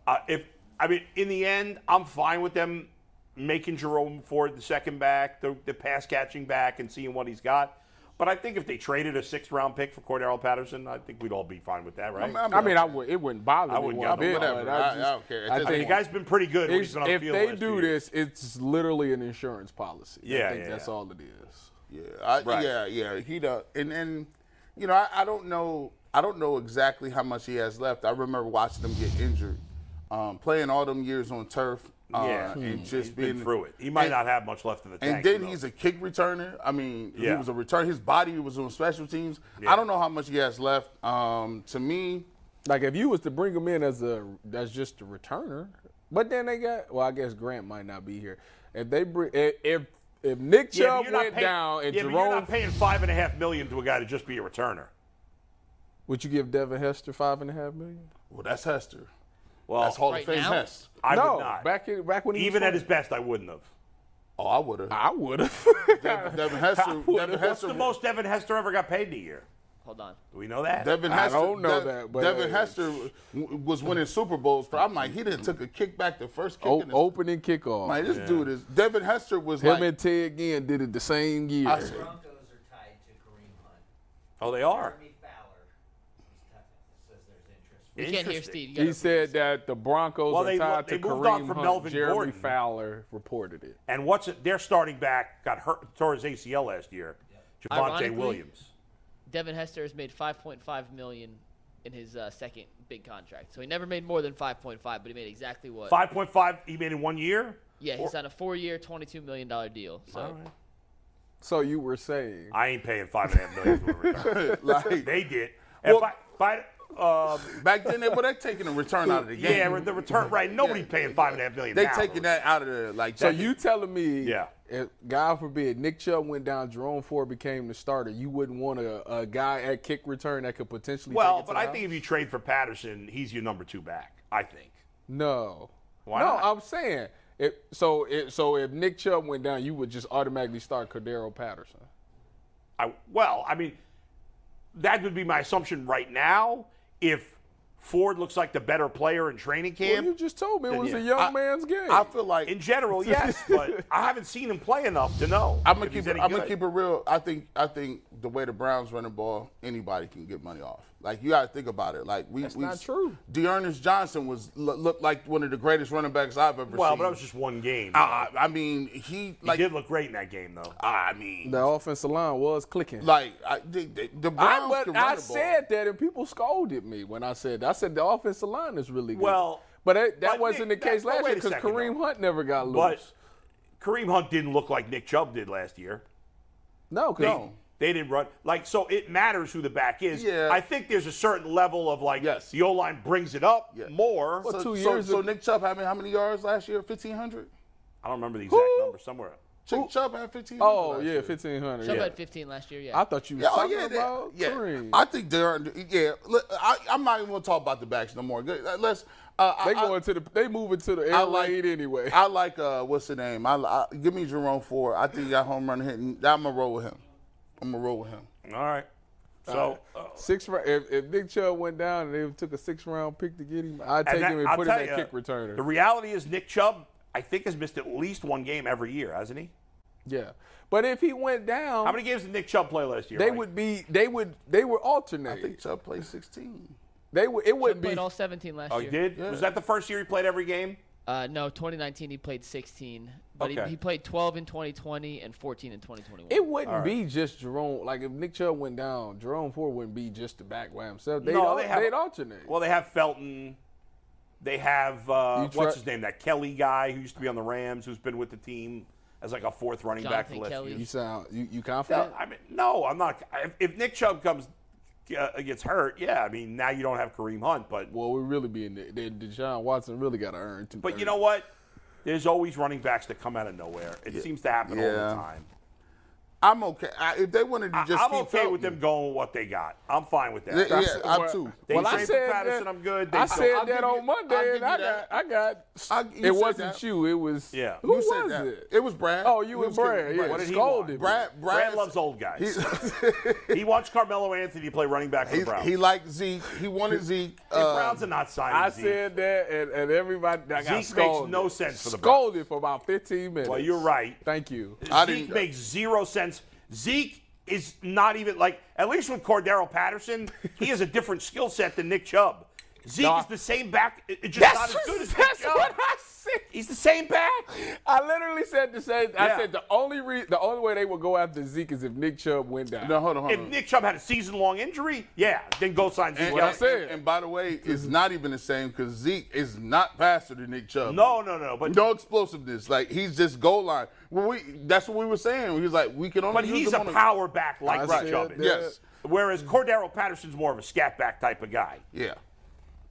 [SPEAKER 2] Uh, if I mean, in the end, I'm fine with them making Jerome Ford the second back, the, the pass catching back, and seeing what he's got. But I think if they traded a sixth round pick for Cordero Patterson, I think we'd all be fine with that, right?
[SPEAKER 3] I mean, I would. It wouldn't bother
[SPEAKER 2] I
[SPEAKER 3] me
[SPEAKER 2] wouldn't
[SPEAKER 3] one
[SPEAKER 2] get him.
[SPEAKER 3] bit.
[SPEAKER 4] Whatever.
[SPEAKER 3] but
[SPEAKER 4] I-
[SPEAKER 3] just-
[SPEAKER 4] I don't care.
[SPEAKER 3] I
[SPEAKER 4] It's-
[SPEAKER 3] think
[SPEAKER 2] the guy's been pretty good. When he's
[SPEAKER 3] If,
[SPEAKER 2] been on the
[SPEAKER 3] if
[SPEAKER 2] field
[SPEAKER 3] they
[SPEAKER 2] last
[SPEAKER 3] do
[SPEAKER 2] two years.
[SPEAKER 3] this, it's literally an insurance policy.
[SPEAKER 2] Yeah,
[SPEAKER 3] I think
[SPEAKER 2] yeah,
[SPEAKER 3] that's
[SPEAKER 2] yeah.
[SPEAKER 3] all it is.
[SPEAKER 4] Yeah, I,
[SPEAKER 2] Right.
[SPEAKER 4] yeah, yeah. He does, and and you know, I, I don't know, I don't know exactly how much he has left. I remember watching him get injured, um, playing all them years on turf, uh,
[SPEAKER 2] Yeah. Hmm.
[SPEAKER 4] and just
[SPEAKER 2] he's been
[SPEAKER 4] being
[SPEAKER 2] through it. He might
[SPEAKER 4] and-
[SPEAKER 2] not have much left in the tank.
[SPEAKER 4] And then
[SPEAKER 2] you know.
[SPEAKER 4] he's a kick returner. I mean, he
[SPEAKER 2] Yeah.
[SPEAKER 4] was a return. His body was on special teams.
[SPEAKER 2] Yeah.
[SPEAKER 4] I don't know how much he has left. Um, to me,
[SPEAKER 3] Like if you was to bring him in as a as just a returner, but then they got well, I guess Grant might not be here. If they bring if if, if Nick
[SPEAKER 2] Yeah, but
[SPEAKER 3] Chubb
[SPEAKER 2] you're not
[SPEAKER 3] went
[SPEAKER 2] paying-
[SPEAKER 3] down and
[SPEAKER 2] yeah, but you're
[SPEAKER 3] Jerome,
[SPEAKER 2] not paying five and a half million to a guy to just be a returner.
[SPEAKER 3] would you give Devin Hester five and a half million?
[SPEAKER 4] well, that's Hester.
[SPEAKER 2] Well,
[SPEAKER 4] That's Hall
[SPEAKER 1] Right
[SPEAKER 4] of Fame
[SPEAKER 1] now?
[SPEAKER 4] Hester.
[SPEAKER 2] I
[SPEAKER 3] no,
[SPEAKER 2] would not.
[SPEAKER 3] back in, back when he was
[SPEAKER 2] Even at his
[SPEAKER 3] playing.
[SPEAKER 2] best, I wouldn't have.
[SPEAKER 4] Oh, I would have.
[SPEAKER 3] I would have.
[SPEAKER 4] Devin, Devin Hester. Devin
[SPEAKER 2] What's
[SPEAKER 4] Hester.
[SPEAKER 2] the most Devin Hester ever got paid in a year?
[SPEAKER 1] Hold on.
[SPEAKER 2] Do we know that?
[SPEAKER 4] Devin
[SPEAKER 3] I
[SPEAKER 4] Hester,
[SPEAKER 3] don't know that, but- uh,
[SPEAKER 4] Devin Hester w- was winning Super Bowls. For, I'm like, he didn't took a kick back the first kick.
[SPEAKER 3] O-
[SPEAKER 4] in the,
[SPEAKER 3] opening kickoff.
[SPEAKER 4] like, this dude is Devin Hester was
[SPEAKER 3] Him
[SPEAKER 4] like.
[SPEAKER 3] and Ted Ginn did it the same year.
[SPEAKER 4] I said,
[SPEAKER 6] Broncos are tied to Kareem Hunt.
[SPEAKER 2] oh, they are.
[SPEAKER 6] Jeremy Fowler was t- says there's interest.
[SPEAKER 1] You can't hear Steve. You gotta-
[SPEAKER 3] he said that the Broncos
[SPEAKER 2] Well,
[SPEAKER 3] are
[SPEAKER 2] they-
[SPEAKER 3] tied
[SPEAKER 2] they
[SPEAKER 3] to
[SPEAKER 2] moved on
[SPEAKER 3] Kareem
[SPEAKER 2] from
[SPEAKER 3] Hunt.
[SPEAKER 2] Melvin
[SPEAKER 3] Jeremy
[SPEAKER 2] Gordon.
[SPEAKER 3] Fowler reported it.
[SPEAKER 2] And what's it? Their starting back got hurt, tore his ACL last year. Javante
[SPEAKER 1] Ironically-
[SPEAKER 2] Williams.
[SPEAKER 1] Devin Hester has made 5.5 million in his uh, second big contract. So he never made more than 5.5, but he made exactly what?
[SPEAKER 2] Five point five. He made in one year.
[SPEAKER 1] Yeah, he
[SPEAKER 2] Or-
[SPEAKER 1] signed a four-year, 22 million dollar deal. So
[SPEAKER 3] So you were saying
[SPEAKER 2] I ain't paying five and a half million. for a returner.
[SPEAKER 4] like,
[SPEAKER 2] they did. And
[SPEAKER 4] Well-
[SPEAKER 2] by, by, um,
[SPEAKER 4] back then, they, but they're taking a return out of the game.
[SPEAKER 2] yeah, the return right. Nobody's paying five and a half million.
[SPEAKER 4] they
[SPEAKER 2] now.
[SPEAKER 4] taking that out of there. Like,
[SPEAKER 3] So you telling me,
[SPEAKER 2] Yeah.
[SPEAKER 3] if, God forbid, Nick Chubb went down, Jerome Ford became the starter. You wouldn't want a, a guy at kick return that could potentially.
[SPEAKER 2] Well,
[SPEAKER 3] take it to
[SPEAKER 2] but
[SPEAKER 3] the
[SPEAKER 2] I
[SPEAKER 3] house?
[SPEAKER 2] think if you trade for Patterson, he's your number two back. I think.
[SPEAKER 3] no.
[SPEAKER 2] Why
[SPEAKER 3] no,
[SPEAKER 2] not?
[SPEAKER 3] I'm saying if so. If, so if Nick Chubb went down, you would just automatically start Cordero Patterson.
[SPEAKER 2] I well, I mean, that would be my assumption right now. If Ford looks like the better player in training
[SPEAKER 3] Well,
[SPEAKER 2] camp,
[SPEAKER 3] you just told me it was
[SPEAKER 2] yeah.
[SPEAKER 3] a young
[SPEAKER 4] I-
[SPEAKER 3] man's game.
[SPEAKER 4] I feel like
[SPEAKER 2] in general, yes, but I haven't seen him play enough to know.
[SPEAKER 4] I'm gonna
[SPEAKER 2] if he's
[SPEAKER 4] keep it.
[SPEAKER 2] any
[SPEAKER 4] I'm gonna
[SPEAKER 2] good.
[SPEAKER 4] keep it real. I think. I think the way the Browns run the ball, anybody can get money off. Like you got to think about it. Like we. That's we,
[SPEAKER 3] not true.
[SPEAKER 4] Dearness Johnson was lo- looked like one of the greatest running backs I've ever
[SPEAKER 2] Well,
[SPEAKER 4] seen.
[SPEAKER 2] but that was just one game.
[SPEAKER 4] I, I mean, he
[SPEAKER 2] he
[SPEAKER 4] like.
[SPEAKER 2] did look great in that game, though.
[SPEAKER 4] I mean,
[SPEAKER 3] the offensive line was clicking.
[SPEAKER 4] like I, the, the, the
[SPEAKER 3] I,
[SPEAKER 4] Browns can
[SPEAKER 3] but
[SPEAKER 4] run
[SPEAKER 3] I
[SPEAKER 4] the ball.
[SPEAKER 3] said that, and people scolded me when I said that. I said the offensive line is really good.
[SPEAKER 2] Well,
[SPEAKER 3] but that, that
[SPEAKER 2] but
[SPEAKER 3] wasn't
[SPEAKER 2] Nick-
[SPEAKER 3] the
[SPEAKER 2] that-
[SPEAKER 3] case
[SPEAKER 2] but
[SPEAKER 3] last
[SPEAKER 2] wait
[SPEAKER 3] year
[SPEAKER 2] a
[SPEAKER 3] because
[SPEAKER 2] second,
[SPEAKER 3] Kareem
[SPEAKER 2] though.
[SPEAKER 3] Hunt never got loose.
[SPEAKER 2] But Kareem Hunt didn't look like Nick Chubb did last year.
[SPEAKER 3] no,
[SPEAKER 2] They,
[SPEAKER 3] because
[SPEAKER 2] They didn't run like so. It matters who the back is.
[SPEAKER 4] Yeah.
[SPEAKER 2] I think there's a certain level of like
[SPEAKER 4] Yes.
[SPEAKER 2] the O line brings it up
[SPEAKER 4] Yeah.
[SPEAKER 2] more.
[SPEAKER 3] Well,
[SPEAKER 4] So,
[SPEAKER 3] two
[SPEAKER 4] so,
[SPEAKER 3] years
[SPEAKER 4] so
[SPEAKER 3] ag-
[SPEAKER 4] Nick Chubb had how many yards last year? Fifteen hundred.
[SPEAKER 2] I don't remember the exact
[SPEAKER 3] Who?
[SPEAKER 2] number somewhere.
[SPEAKER 4] Nick Chubb had fifteen.
[SPEAKER 3] Oh yeah, fifteen hundred.
[SPEAKER 1] Chubb
[SPEAKER 3] Yeah.
[SPEAKER 1] had 15 last year. Yeah.
[SPEAKER 3] I thought you were
[SPEAKER 4] Yeah, oh
[SPEAKER 3] talking
[SPEAKER 4] yeah, that-
[SPEAKER 3] about
[SPEAKER 4] yeah.
[SPEAKER 3] Kareem.
[SPEAKER 4] I think they're under- yeah. Look, I, I'm not even gonna talk about the backs no more. Good, uh, Let's. Uh, I-
[SPEAKER 3] they
[SPEAKER 4] I,
[SPEAKER 3] going to the they moving to the air
[SPEAKER 4] I like-
[SPEAKER 3] raid anyway.
[SPEAKER 4] I like uh, what's the name? I, I give me Jerome Ford. I think he got home run hitting. I'm gonna roll with him. I'm gonna roll with him.
[SPEAKER 2] All right. So uh,
[SPEAKER 3] six round. If, if Nick Chubb went down and they took a six round pick to get him, I'd take
[SPEAKER 2] that-
[SPEAKER 3] him and
[SPEAKER 2] I'll
[SPEAKER 3] put him
[SPEAKER 2] tell
[SPEAKER 3] at
[SPEAKER 2] ya,
[SPEAKER 3] kick returner.
[SPEAKER 2] The reality is Nick Chubb, I think, has missed at least one game every year, hasn't he?
[SPEAKER 3] yeah, but if he went down,
[SPEAKER 2] How many games did Nick Chubb play last year?
[SPEAKER 3] they
[SPEAKER 2] Mike?
[SPEAKER 3] would be they would they would alternate.
[SPEAKER 4] I think Chubb played 16.
[SPEAKER 3] they would it
[SPEAKER 1] Chubb
[SPEAKER 3] wouldn't be
[SPEAKER 1] played all 17 last
[SPEAKER 2] Oh, he
[SPEAKER 1] year.
[SPEAKER 2] did? Was that the first year he played every game?
[SPEAKER 1] Uh, no, 2019 he played 16, but
[SPEAKER 2] Okay.
[SPEAKER 1] he, he played 12 in 2020 and 14 in 2021.
[SPEAKER 3] It wouldn't be just Jerome. Like if Nick Chubb went down, Jerome Ford wouldn't be just the back by himself. They'd,
[SPEAKER 2] No,
[SPEAKER 3] al-
[SPEAKER 2] they have-
[SPEAKER 3] they'd alternate.
[SPEAKER 2] Well, they have Felton. They have uh,
[SPEAKER 3] You try-
[SPEAKER 2] what's his name? That Kelly guy who used to be on the Rams, who's been with the team as like a fourth running back
[SPEAKER 1] Jonathan
[SPEAKER 2] the last
[SPEAKER 1] Kelly.
[SPEAKER 2] few
[SPEAKER 3] you
[SPEAKER 2] years.
[SPEAKER 3] sound you, you confident?
[SPEAKER 2] No, I mean, no, I'm not. If, if Nick Chubb comes uh, gets hurt, yeah, I mean now you don't have Kareem Hunt, but
[SPEAKER 3] well, we really be in the, the Deshaun Watson really got to earn two.
[SPEAKER 2] but you know what? There's always running backs that come out of nowhere. It seems to happen all
[SPEAKER 4] Yeah.
[SPEAKER 2] the time.
[SPEAKER 4] I'm okay. I, if they wanted to
[SPEAKER 2] I,
[SPEAKER 4] just
[SPEAKER 2] am
[SPEAKER 4] keep
[SPEAKER 2] okay with them
[SPEAKER 4] Felton-
[SPEAKER 2] going with what they got. I'm fine with that.
[SPEAKER 4] Yeah, yeah, I'm
[SPEAKER 3] Well,
[SPEAKER 4] too.
[SPEAKER 2] They
[SPEAKER 3] well, I
[SPEAKER 2] traded
[SPEAKER 3] said
[SPEAKER 2] Patterson,
[SPEAKER 3] that,
[SPEAKER 2] I'm good. They
[SPEAKER 3] I
[SPEAKER 2] said-
[SPEAKER 3] said
[SPEAKER 4] I'll give
[SPEAKER 3] that
[SPEAKER 4] you-
[SPEAKER 3] on
[SPEAKER 4] I'll give
[SPEAKER 3] Monday, and
[SPEAKER 4] you
[SPEAKER 3] I got,
[SPEAKER 4] that.
[SPEAKER 3] I got.
[SPEAKER 4] I- you said
[SPEAKER 3] it wasn't
[SPEAKER 4] that.
[SPEAKER 3] you. It was.
[SPEAKER 2] Yeah.
[SPEAKER 3] Who
[SPEAKER 4] You said
[SPEAKER 3] was
[SPEAKER 4] that.
[SPEAKER 3] it?
[SPEAKER 4] It was Brad.
[SPEAKER 3] Oh, you
[SPEAKER 4] He was
[SPEAKER 3] and
[SPEAKER 4] kidding.
[SPEAKER 3] Brad. Yeah,
[SPEAKER 2] What did he
[SPEAKER 3] scolded. me.
[SPEAKER 2] want?
[SPEAKER 4] Brad, Brad,
[SPEAKER 2] Brad loves old guys. He wants Carmelo Anthony to play running back for
[SPEAKER 4] he,
[SPEAKER 2] the Browns.
[SPEAKER 4] he liked Zeke. He wanted Zeke.
[SPEAKER 2] the
[SPEAKER 4] Uh,
[SPEAKER 2] Browns are not signing
[SPEAKER 3] I
[SPEAKER 2] Zeke.
[SPEAKER 3] said that, and, and everybody I
[SPEAKER 2] Zeke
[SPEAKER 3] got
[SPEAKER 2] makes
[SPEAKER 3] scolded.
[SPEAKER 2] no sense for the Browns.
[SPEAKER 3] Scolded for about 15 minutes.
[SPEAKER 2] Well, you're right.
[SPEAKER 3] Thank you.
[SPEAKER 4] I
[SPEAKER 2] Zeke
[SPEAKER 4] didn't-
[SPEAKER 2] makes zero sense. Zeke is not even like at least with Cordero Patterson, he has a different skill set than Nick Chubb. Zeke
[SPEAKER 3] No.
[SPEAKER 2] is the same back, it- it's just
[SPEAKER 3] That's,
[SPEAKER 2] not as good as Nick
[SPEAKER 3] that's
[SPEAKER 2] Chubb.
[SPEAKER 3] what I said.
[SPEAKER 2] He's the same back.
[SPEAKER 3] I literally said the same.
[SPEAKER 2] Yeah.
[SPEAKER 3] I said the only re- the only way they would go after Zeke is if Nick Chubb went down.
[SPEAKER 4] no, hold on, hold
[SPEAKER 2] If
[SPEAKER 4] on.
[SPEAKER 2] Nick Chubb had a season-long injury, yeah, then go sign Zeke.
[SPEAKER 4] and,
[SPEAKER 3] what I
[SPEAKER 2] Elliott.
[SPEAKER 3] said.
[SPEAKER 4] and by the way, it's not even the same because Zeke is not faster than Nick Chubb.
[SPEAKER 2] No, no, no, but
[SPEAKER 4] no explosiveness. Like he's just goal line. Well, we that's what we were saying. He was like, we can only.
[SPEAKER 2] but
[SPEAKER 4] use
[SPEAKER 2] he's
[SPEAKER 4] him
[SPEAKER 2] a
[SPEAKER 4] on
[SPEAKER 2] power back like
[SPEAKER 3] I
[SPEAKER 2] Nick
[SPEAKER 3] said
[SPEAKER 2] Chubb is.
[SPEAKER 3] that.
[SPEAKER 4] Yes.
[SPEAKER 2] Whereas Cordero Patterson's more of a scat back type of guy.
[SPEAKER 4] Yeah.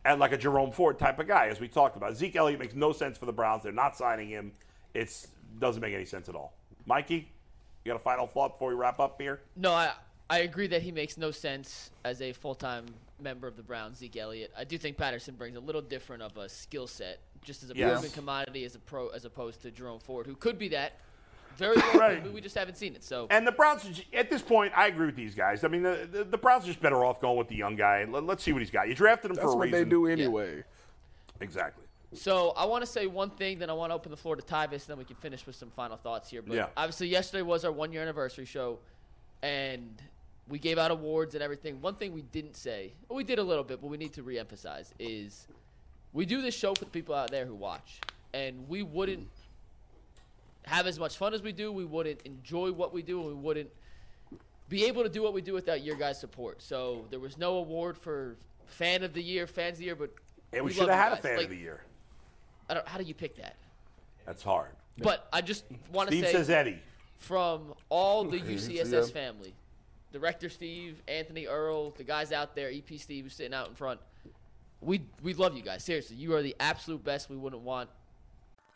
[SPEAKER 2] and like a Jerome Ford type of guy, as we talked about. Zeke Elliott makes no sense for the Browns. They're not signing him. It's doesn't make any sense at all. Mikey, you got a final thought before we wrap up here?
[SPEAKER 1] No, I I agree that he makes no sense as a full time member of the Browns, Zeke Elliott. I do think Patterson brings a little different of a skill set, just as a
[SPEAKER 2] Yes.
[SPEAKER 1] proven commodity as a pro as opposed to Jerome Ford, who could be that. Very well,
[SPEAKER 2] Right.
[SPEAKER 1] but we just haven't seen it. So
[SPEAKER 2] And the Browns, are ju- at this point, I agree with these guys. I mean, the, the, the Browns are just better off going with the young guy. Let, us see what he's got. You drafted him
[SPEAKER 3] That's
[SPEAKER 2] for a
[SPEAKER 3] what
[SPEAKER 2] reason.
[SPEAKER 3] they do anyway.
[SPEAKER 2] Exactly.
[SPEAKER 1] So I want to say one thing, then I want to open the floor to Tyvis, and then we can finish with some final thoughts here. But
[SPEAKER 2] Yeah.
[SPEAKER 1] obviously, yesterday was our one year anniversary show, and we gave out awards and everything. One thing we didn't say, well, we did a little bit, but we need to reemphasize is we do this show for the people out there who watch, and we wouldn't have as much fun as we do. We wouldn't enjoy what we do, and we wouldn't be able to do what we do without your guys' support. So there was no award for fan of the year, fans of the year, but
[SPEAKER 2] And we,
[SPEAKER 1] love
[SPEAKER 2] should
[SPEAKER 1] you
[SPEAKER 2] have had a
[SPEAKER 1] guys.
[SPEAKER 2] fan
[SPEAKER 1] Like,
[SPEAKER 2] of the year.
[SPEAKER 1] I don't, how do you pick that?
[SPEAKER 2] That's hard.
[SPEAKER 1] But I just want to
[SPEAKER 2] Steve
[SPEAKER 1] say
[SPEAKER 2] says Eddie.
[SPEAKER 1] from all the UCSS
[SPEAKER 4] yeah.
[SPEAKER 1] family, director Steve, Anthony Earl, the guys out there, EP Steve who's sitting out in front. We we love you guys. Seriously, you are the absolute best. We wouldn't want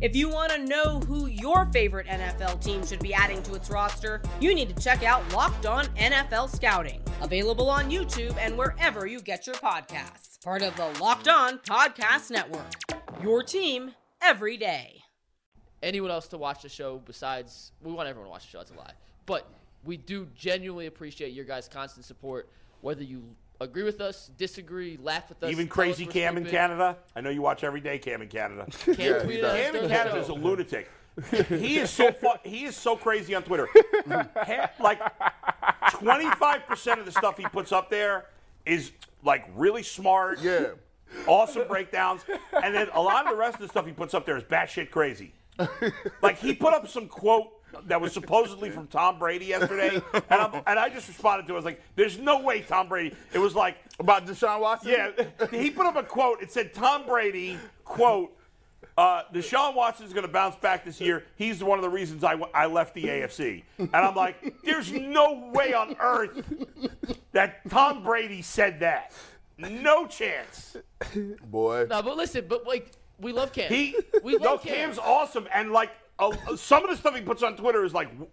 [SPEAKER 5] If you want to know who your favorite NFL team should be adding to its roster, you need to check out Locked On NFL Scouting, available on YouTube and wherever you get your podcasts. Part of the Locked On Podcast Network. Your team every day.
[SPEAKER 1] anyone else to watch the show besides we want everyone to watch the show. That's a lie. But we do genuinely appreciate your guys' constant support, whether you agree with us, disagree, laugh with us,
[SPEAKER 2] Even
[SPEAKER 1] tell us
[SPEAKER 2] crazy
[SPEAKER 1] we're
[SPEAKER 2] Cam in
[SPEAKER 1] stupid.
[SPEAKER 2] Canada. I know you watch every day Cam in Canada.
[SPEAKER 1] Cam
[SPEAKER 4] he
[SPEAKER 1] tweeted
[SPEAKER 4] does.
[SPEAKER 1] us
[SPEAKER 2] Cam
[SPEAKER 1] during
[SPEAKER 2] in
[SPEAKER 1] the
[SPEAKER 2] Canada
[SPEAKER 1] show.
[SPEAKER 2] is a lunatic. He is so fu- he is so crazy on Twitter. Ha- like twenty five percent of the stuff he puts up there is like really smart.
[SPEAKER 4] Yeah.
[SPEAKER 2] awesome breakdowns, and then a lot of the rest of the stuff he puts up there is batshit crazy. like he put up some quote that was supposedly from Tom Brady yesterday, and, I'm, and I just responded to it. I was like, "There's no way Tom Brady." It was like,
[SPEAKER 4] About Deshaun Watson?
[SPEAKER 2] yeah, he put up a quote. It said, "Tom Brady quote." Uh, Deshaun Watson's going to bounce back this year. He's one of the reasons I, w- I left the AFC. And I'm like, there's no way on earth that Tom Brady said that. No chance.
[SPEAKER 4] Boy.
[SPEAKER 1] No, but listen, but like we love Cam.
[SPEAKER 2] He
[SPEAKER 1] we
[SPEAKER 2] no,
[SPEAKER 1] love Cam.
[SPEAKER 2] Cam's awesome, and like uh, uh, some of the stuff he puts on Twitter is like w-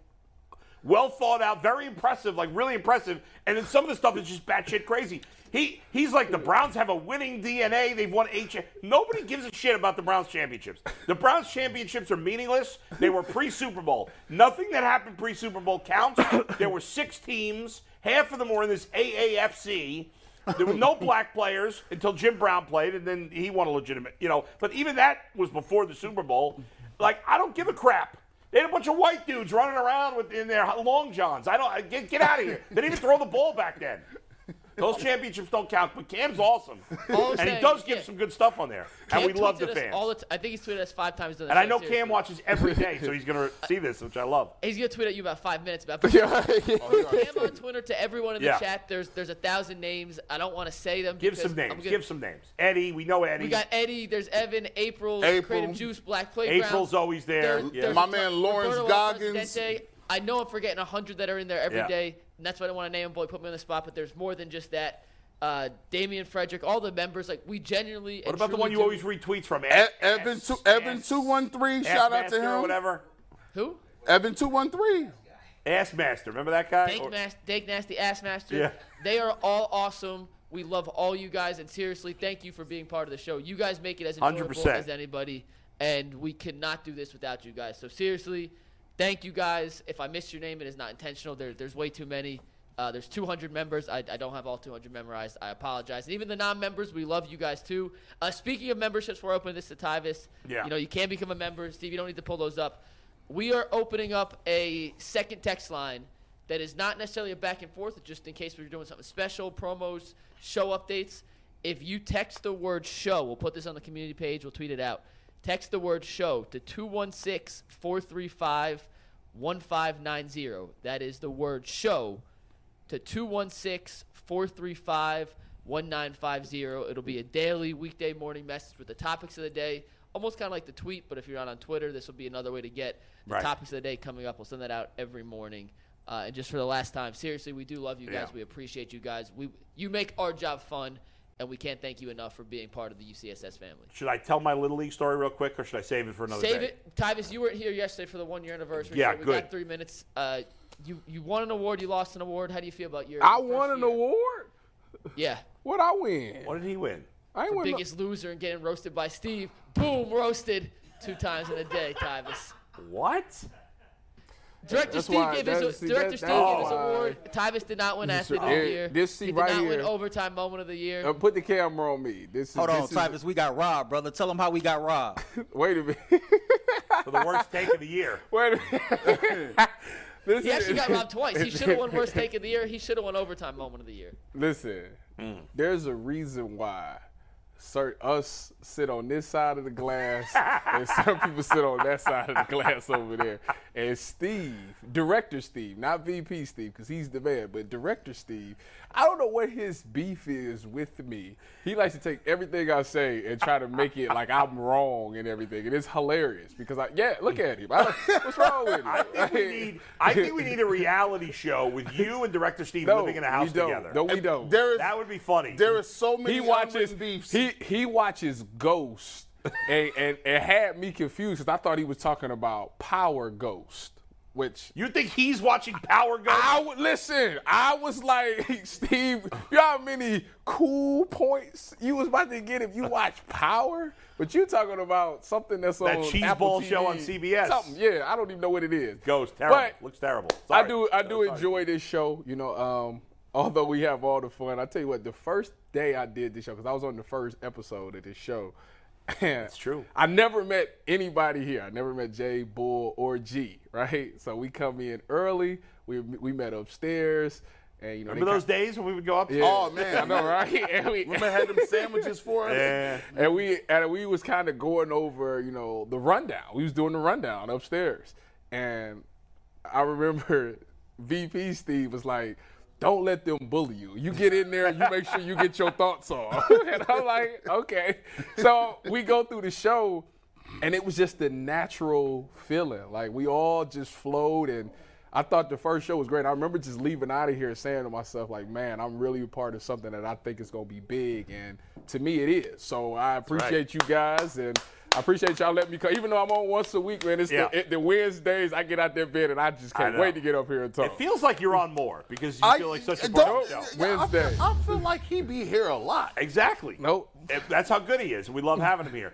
[SPEAKER 2] well thought out, very impressive, like really impressive. And then some of the stuff is just batshit crazy. He he's like the Browns have a winning DNA. They've won eight. Cha- Nobody gives a shit about the Browns championships. The Browns championships are meaningless. They were pre Super Bowl. Nothing that happened pre Super Bowl counts. there were six teams. Half of them were in this AAFC. There were no black players until Jim Brown played, and then he won a legitimate, you know. But even that was before the Super Bowl. Like, I don't give a crap. They had a bunch of white dudes running around with in their long johns. I don't I- get get out of here. They didn't even throw the ball back then. Those championships don't count. But Cam's awesome,
[SPEAKER 1] All I'm
[SPEAKER 2] and
[SPEAKER 1] saying
[SPEAKER 2] he does
[SPEAKER 1] is,
[SPEAKER 2] give
[SPEAKER 1] yeah.
[SPEAKER 2] some good stuff on there,
[SPEAKER 1] Cam
[SPEAKER 2] and we love
[SPEAKER 1] tweets
[SPEAKER 2] the
[SPEAKER 1] at us
[SPEAKER 2] fans.
[SPEAKER 1] All the t- I think he's tweeted us five times. during the
[SPEAKER 2] and I
[SPEAKER 1] show,
[SPEAKER 2] know
[SPEAKER 1] seriously.
[SPEAKER 2] Cam watches every day, so he's gonna see this, which I love.
[SPEAKER 1] He's gonna tweet at you about five minutes about.
[SPEAKER 2] Oh,
[SPEAKER 1] Cam on Twitter to everyone in the
[SPEAKER 2] Yeah.
[SPEAKER 1] chat. There's there's a thousand names. I don't want to say them.
[SPEAKER 2] Give
[SPEAKER 1] because
[SPEAKER 2] some
[SPEAKER 1] I'm
[SPEAKER 2] names.
[SPEAKER 1] gonna-
[SPEAKER 2] Give some names. Eddie, we know Eddie.
[SPEAKER 1] We got Eddie. There's Evan. April.
[SPEAKER 4] April.
[SPEAKER 1] Creative Juice. Black Playground.
[SPEAKER 2] April's always there.
[SPEAKER 1] There-
[SPEAKER 2] Yeah.
[SPEAKER 1] there's
[SPEAKER 4] My
[SPEAKER 1] a
[SPEAKER 4] man
[SPEAKER 1] ton-
[SPEAKER 4] Lawrence
[SPEAKER 1] Roberto Alvarez,
[SPEAKER 4] Goggins.
[SPEAKER 1] Dente. I know I'm forgetting a hundred that are in there every day,
[SPEAKER 2] Yeah.
[SPEAKER 1] and that's why I don't want to name them. Boy, put me on the spot. But there's more than just that. Uh, Damian Frederick, all the members, like we genuinely.
[SPEAKER 2] What about the one you always retweets from?
[SPEAKER 4] E- Evan two Evan two one three. Shout out to
[SPEAKER 2] Master Or
[SPEAKER 4] him.
[SPEAKER 2] whatever.
[SPEAKER 1] Who?
[SPEAKER 4] Evan two one three.
[SPEAKER 2] Ass Master. Remember that guy?
[SPEAKER 1] Dank,
[SPEAKER 2] Or-
[SPEAKER 1] Mas- Dank Nasty Ass Master.
[SPEAKER 2] Yeah.
[SPEAKER 1] They are all awesome. We love all you guys, and seriously, thank you for being part of the show. You guys make it as enjoyable
[SPEAKER 2] 100%.
[SPEAKER 1] as anybody, and we cannot do this without you guys. So seriously, thank you guys. If I missed your name, it is not intentional. There, there's way too many. Uh, there's 200 members. I, I don't have all 200 memorized. I apologize. And even the non-members, we love you guys too. Uh, speaking of memberships, we're opening this to Tyvis.
[SPEAKER 2] Yeah.
[SPEAKER 1] You know, you can become a member, Steve. You don't need to pull those up. We are opening up a second text line that is not necessarily a back and forth, just in case we're doing something special, promos, show updates. If you text the word show, we'll put this on the community page, we'll tweet it out. Text the word show to 216 435 1590. That is the word show to 216 435 1950. It'll be a daily weekday morning message with the topics of the day, almost kind of like the tweet, but if you're not on Twitter, this will be another way to get the
[SPEAKER 2] Right.
[SPEAKER 1] topics of the day coming up. We'll send that out every morning. Uh, and just for the last time, seriously, we do love you guys.
[SPEAKER 2] Yeah.
[SPEAKER 1] We appreciate you guys. We You make our job fun, and we can't thank you enough for being part of the UCSS family.
[SPEAKER 2] Should I tell my little league story real quick, or should I save it for another
[SPEAKER 1] Save
[SPEAKER 2] day?
[SPEAKER 1] it, Tyvis. You weren't here yesterday for the one year anniversary.
[SPEAKER 2] Yeah,
[SPEAKER 1] so we
[SPEAKER 2] good.
[SPEAKER 1] got three minutes. Uh, you you won an award. You lost an award. How do you feel about your?
[SPEAKER 3] I
[SPEAKER 1] your
[SPEAKER 3] won
[SPEAKER 1] first
[SPEAKER 3] an
[SPEAKER 1] year?
[SPEAKER 3] award.
[SPEAKER 1] Yeah,
[SPEAKER 3] What I win?
[SPEAKER 2] What did he win?
[SPEAKER 3] I ain't win. no-
[SPEAKER 1] biggest loser and getting roasted by Steve. Boom, roasted two times in a day, Tyvis.
[SPEAKER 2] What?
[SPEAKER 1] Director
[SPEAKER 3] That's
[SPEAKER 1] Steve
[SPEAKER 3] why-
[SPEAKER 1] gave
[SPEAKER 3] that-
[SPEAKER 1] his
[SPEAKER 3] see,
[SPEAKER 1] director
[SPEAKER 3] that-
[SPEAKER 1] Steve
[SPEAKER 3] that's
[SPEAKER 1] gave his
[SPEAKER 3] why-
[SPEAKER 1] award. Tyvis did not win
[SPEAKER 3] This-
[SPEAKER 1] athlete of the
[SPEAKER 3] eh,
[SPEAKER 1] year.
[SPEAKER 3] this see
[SPEAKER 1] he
[SPEAKER 3] right
[SPEAKER 1] did not
[SPEAKER 3] here.
[SPEAKER 1] win overtime moment of the year.
[SPEAKER 3] Uh, put the camera on me. This is
[SPEAKER 6] Hold on,
[SPEAKER 3] this
[SPEAKER 6] Tyvis. We got robbed, brother. Tell them how we got robbed.
[SPEAKER 3] Is, wait a minute.
[SPEAKER 2] For the worst take of the year.
[SPEAKER 3] wait a minute. this
[SPEAKER 1] he actually
[SPEAKER 3] is,
[SPEAKER 1] got robbed twice. He should have won worst take of the year. He should have won overtime moment of the year.
[SPEAKER 3] Listen,
[SPEAKER 2] Mm.
[SPEAKER 3] there's a reason why cer us sit on this side of the glass and some people sit on that side of the glass over there. And Steve, director Steve, not VP Steve, because he's the man, but director Steve, I don't know what his beef is with me. He likes to take everything I say and try to make it like I'm wrong and everything. And it's hilarious because I, yeah, look at him. I, don't- what's wrong with him?
[SPEAKER 2] I think we need. I think we need a reality show with you and director Steve
[SPEAKER 3] no,
[SPEAKER 2] living in a house
[SPEAKER 3] we don't.
[SPEAKER 2] together.
[SPEAKER 3] No, we don't.
[SPEAKER 4] There is
[SPEAKER 2] That would be funny.
[SPEAKER 4] there is so many
[SPEAKER 3] he watches
[SPEAKER 4] unwritten beefs.
[SPEAKER 3] he he watches Ghost and, and and had me confused because I thought he was talking about Power Ghost, which.
[SPEAKER 2] you think he's watching Power Go?
[SPEAKER 3] I would listen. I was like, Steve, you know how many cool points you was about to get if you watch Power, but you talking about something that's
[SPEAKER 2] That
[SPEAKER 3] on
[SPEAKER 2] cheese
[SPEAKER 3] Apple
[SPEAKER 2] ball show on
[SPEAKER 3] TV.
[SPEAKER 2] CBS.
[SPEAKER 3] Something, yeah. I don't even know what it is.
[SPEAKER 2] Goes terrible.
[SPEAKER 3] But-
[SPEAKER 2] Looks terrible.
[SPEAKER 3] I
[SPEAKER 2] Sorry.
[SPEAKER 3] do I do
[SPEAKER 2] Oh, sorry.
[SPEAKER 3] enjoy this show. You know, um, although we have all the fun, I tell you what, the first day I did this show because I was on the first episode of this show. It's
[SPEAKER 2] true.
[SPEAKER 3] I never met anybody here. I never met Jay, Bull, or G. Right, so we come in early. We we met upstairs. And you know,
[SPEAKER 2] Remember
[SPEAKER 3] they
[SPEAKER 2] those days when we would go up?
[SPEAKER 3] Yeah.
[SPEAKER 4] Oh, man.
[SPEAKER 3] I know, right? And we,
[SPEAKER 4] Remember I had them sandwiches for us?
[SPEAKER 2] Yeah.
[SPEAKER 3] and we and we was kind of going over, you know, the rundown. We was doing the rundown upstairs, and I remember VP Steve was like, "Don't let them bully you. You get in there and you make sure you get your thoughts on." and I'm like, "Okay." So we go through the show, and it was just the natural feeling. Like we all just flowed and. I thought the first show was great. I remember just leaving out of here saying to myself, like, man, I'm really a part of something that I think is going to be big. And to me, it is. So I appreciate you guys. And I appreciate y'all letting me come. Even though I'm on once a week, man, it's
[SPEAKER 2] Yeah.
[SPEAKER 3] the, it, the Wednesdays I get out there bed and I just can't
[SPEAKER 2] I know.
[SPEAKER 3] wait to get up here and talk.
[SPEAKER 2] It feels like you're on more because you feel like such a part
[SPEAKER 4] don't-
[SPEAKER 2] of the show.
[SPEAKER 4] yeah, I feel-
[SPEAKER 3] Wednesday.
[SPEAKER 4] I feel like he be here a lot.
[SPEAKER 2] Exactly.
[SPEAKER 3] Nope.
[SPEAKER 2] If- That's how good he is. We love having him here.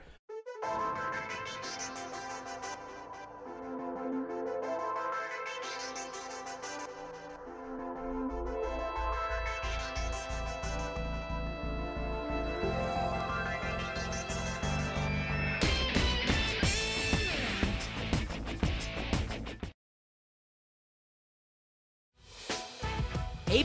[SPEAKER 5] Hey,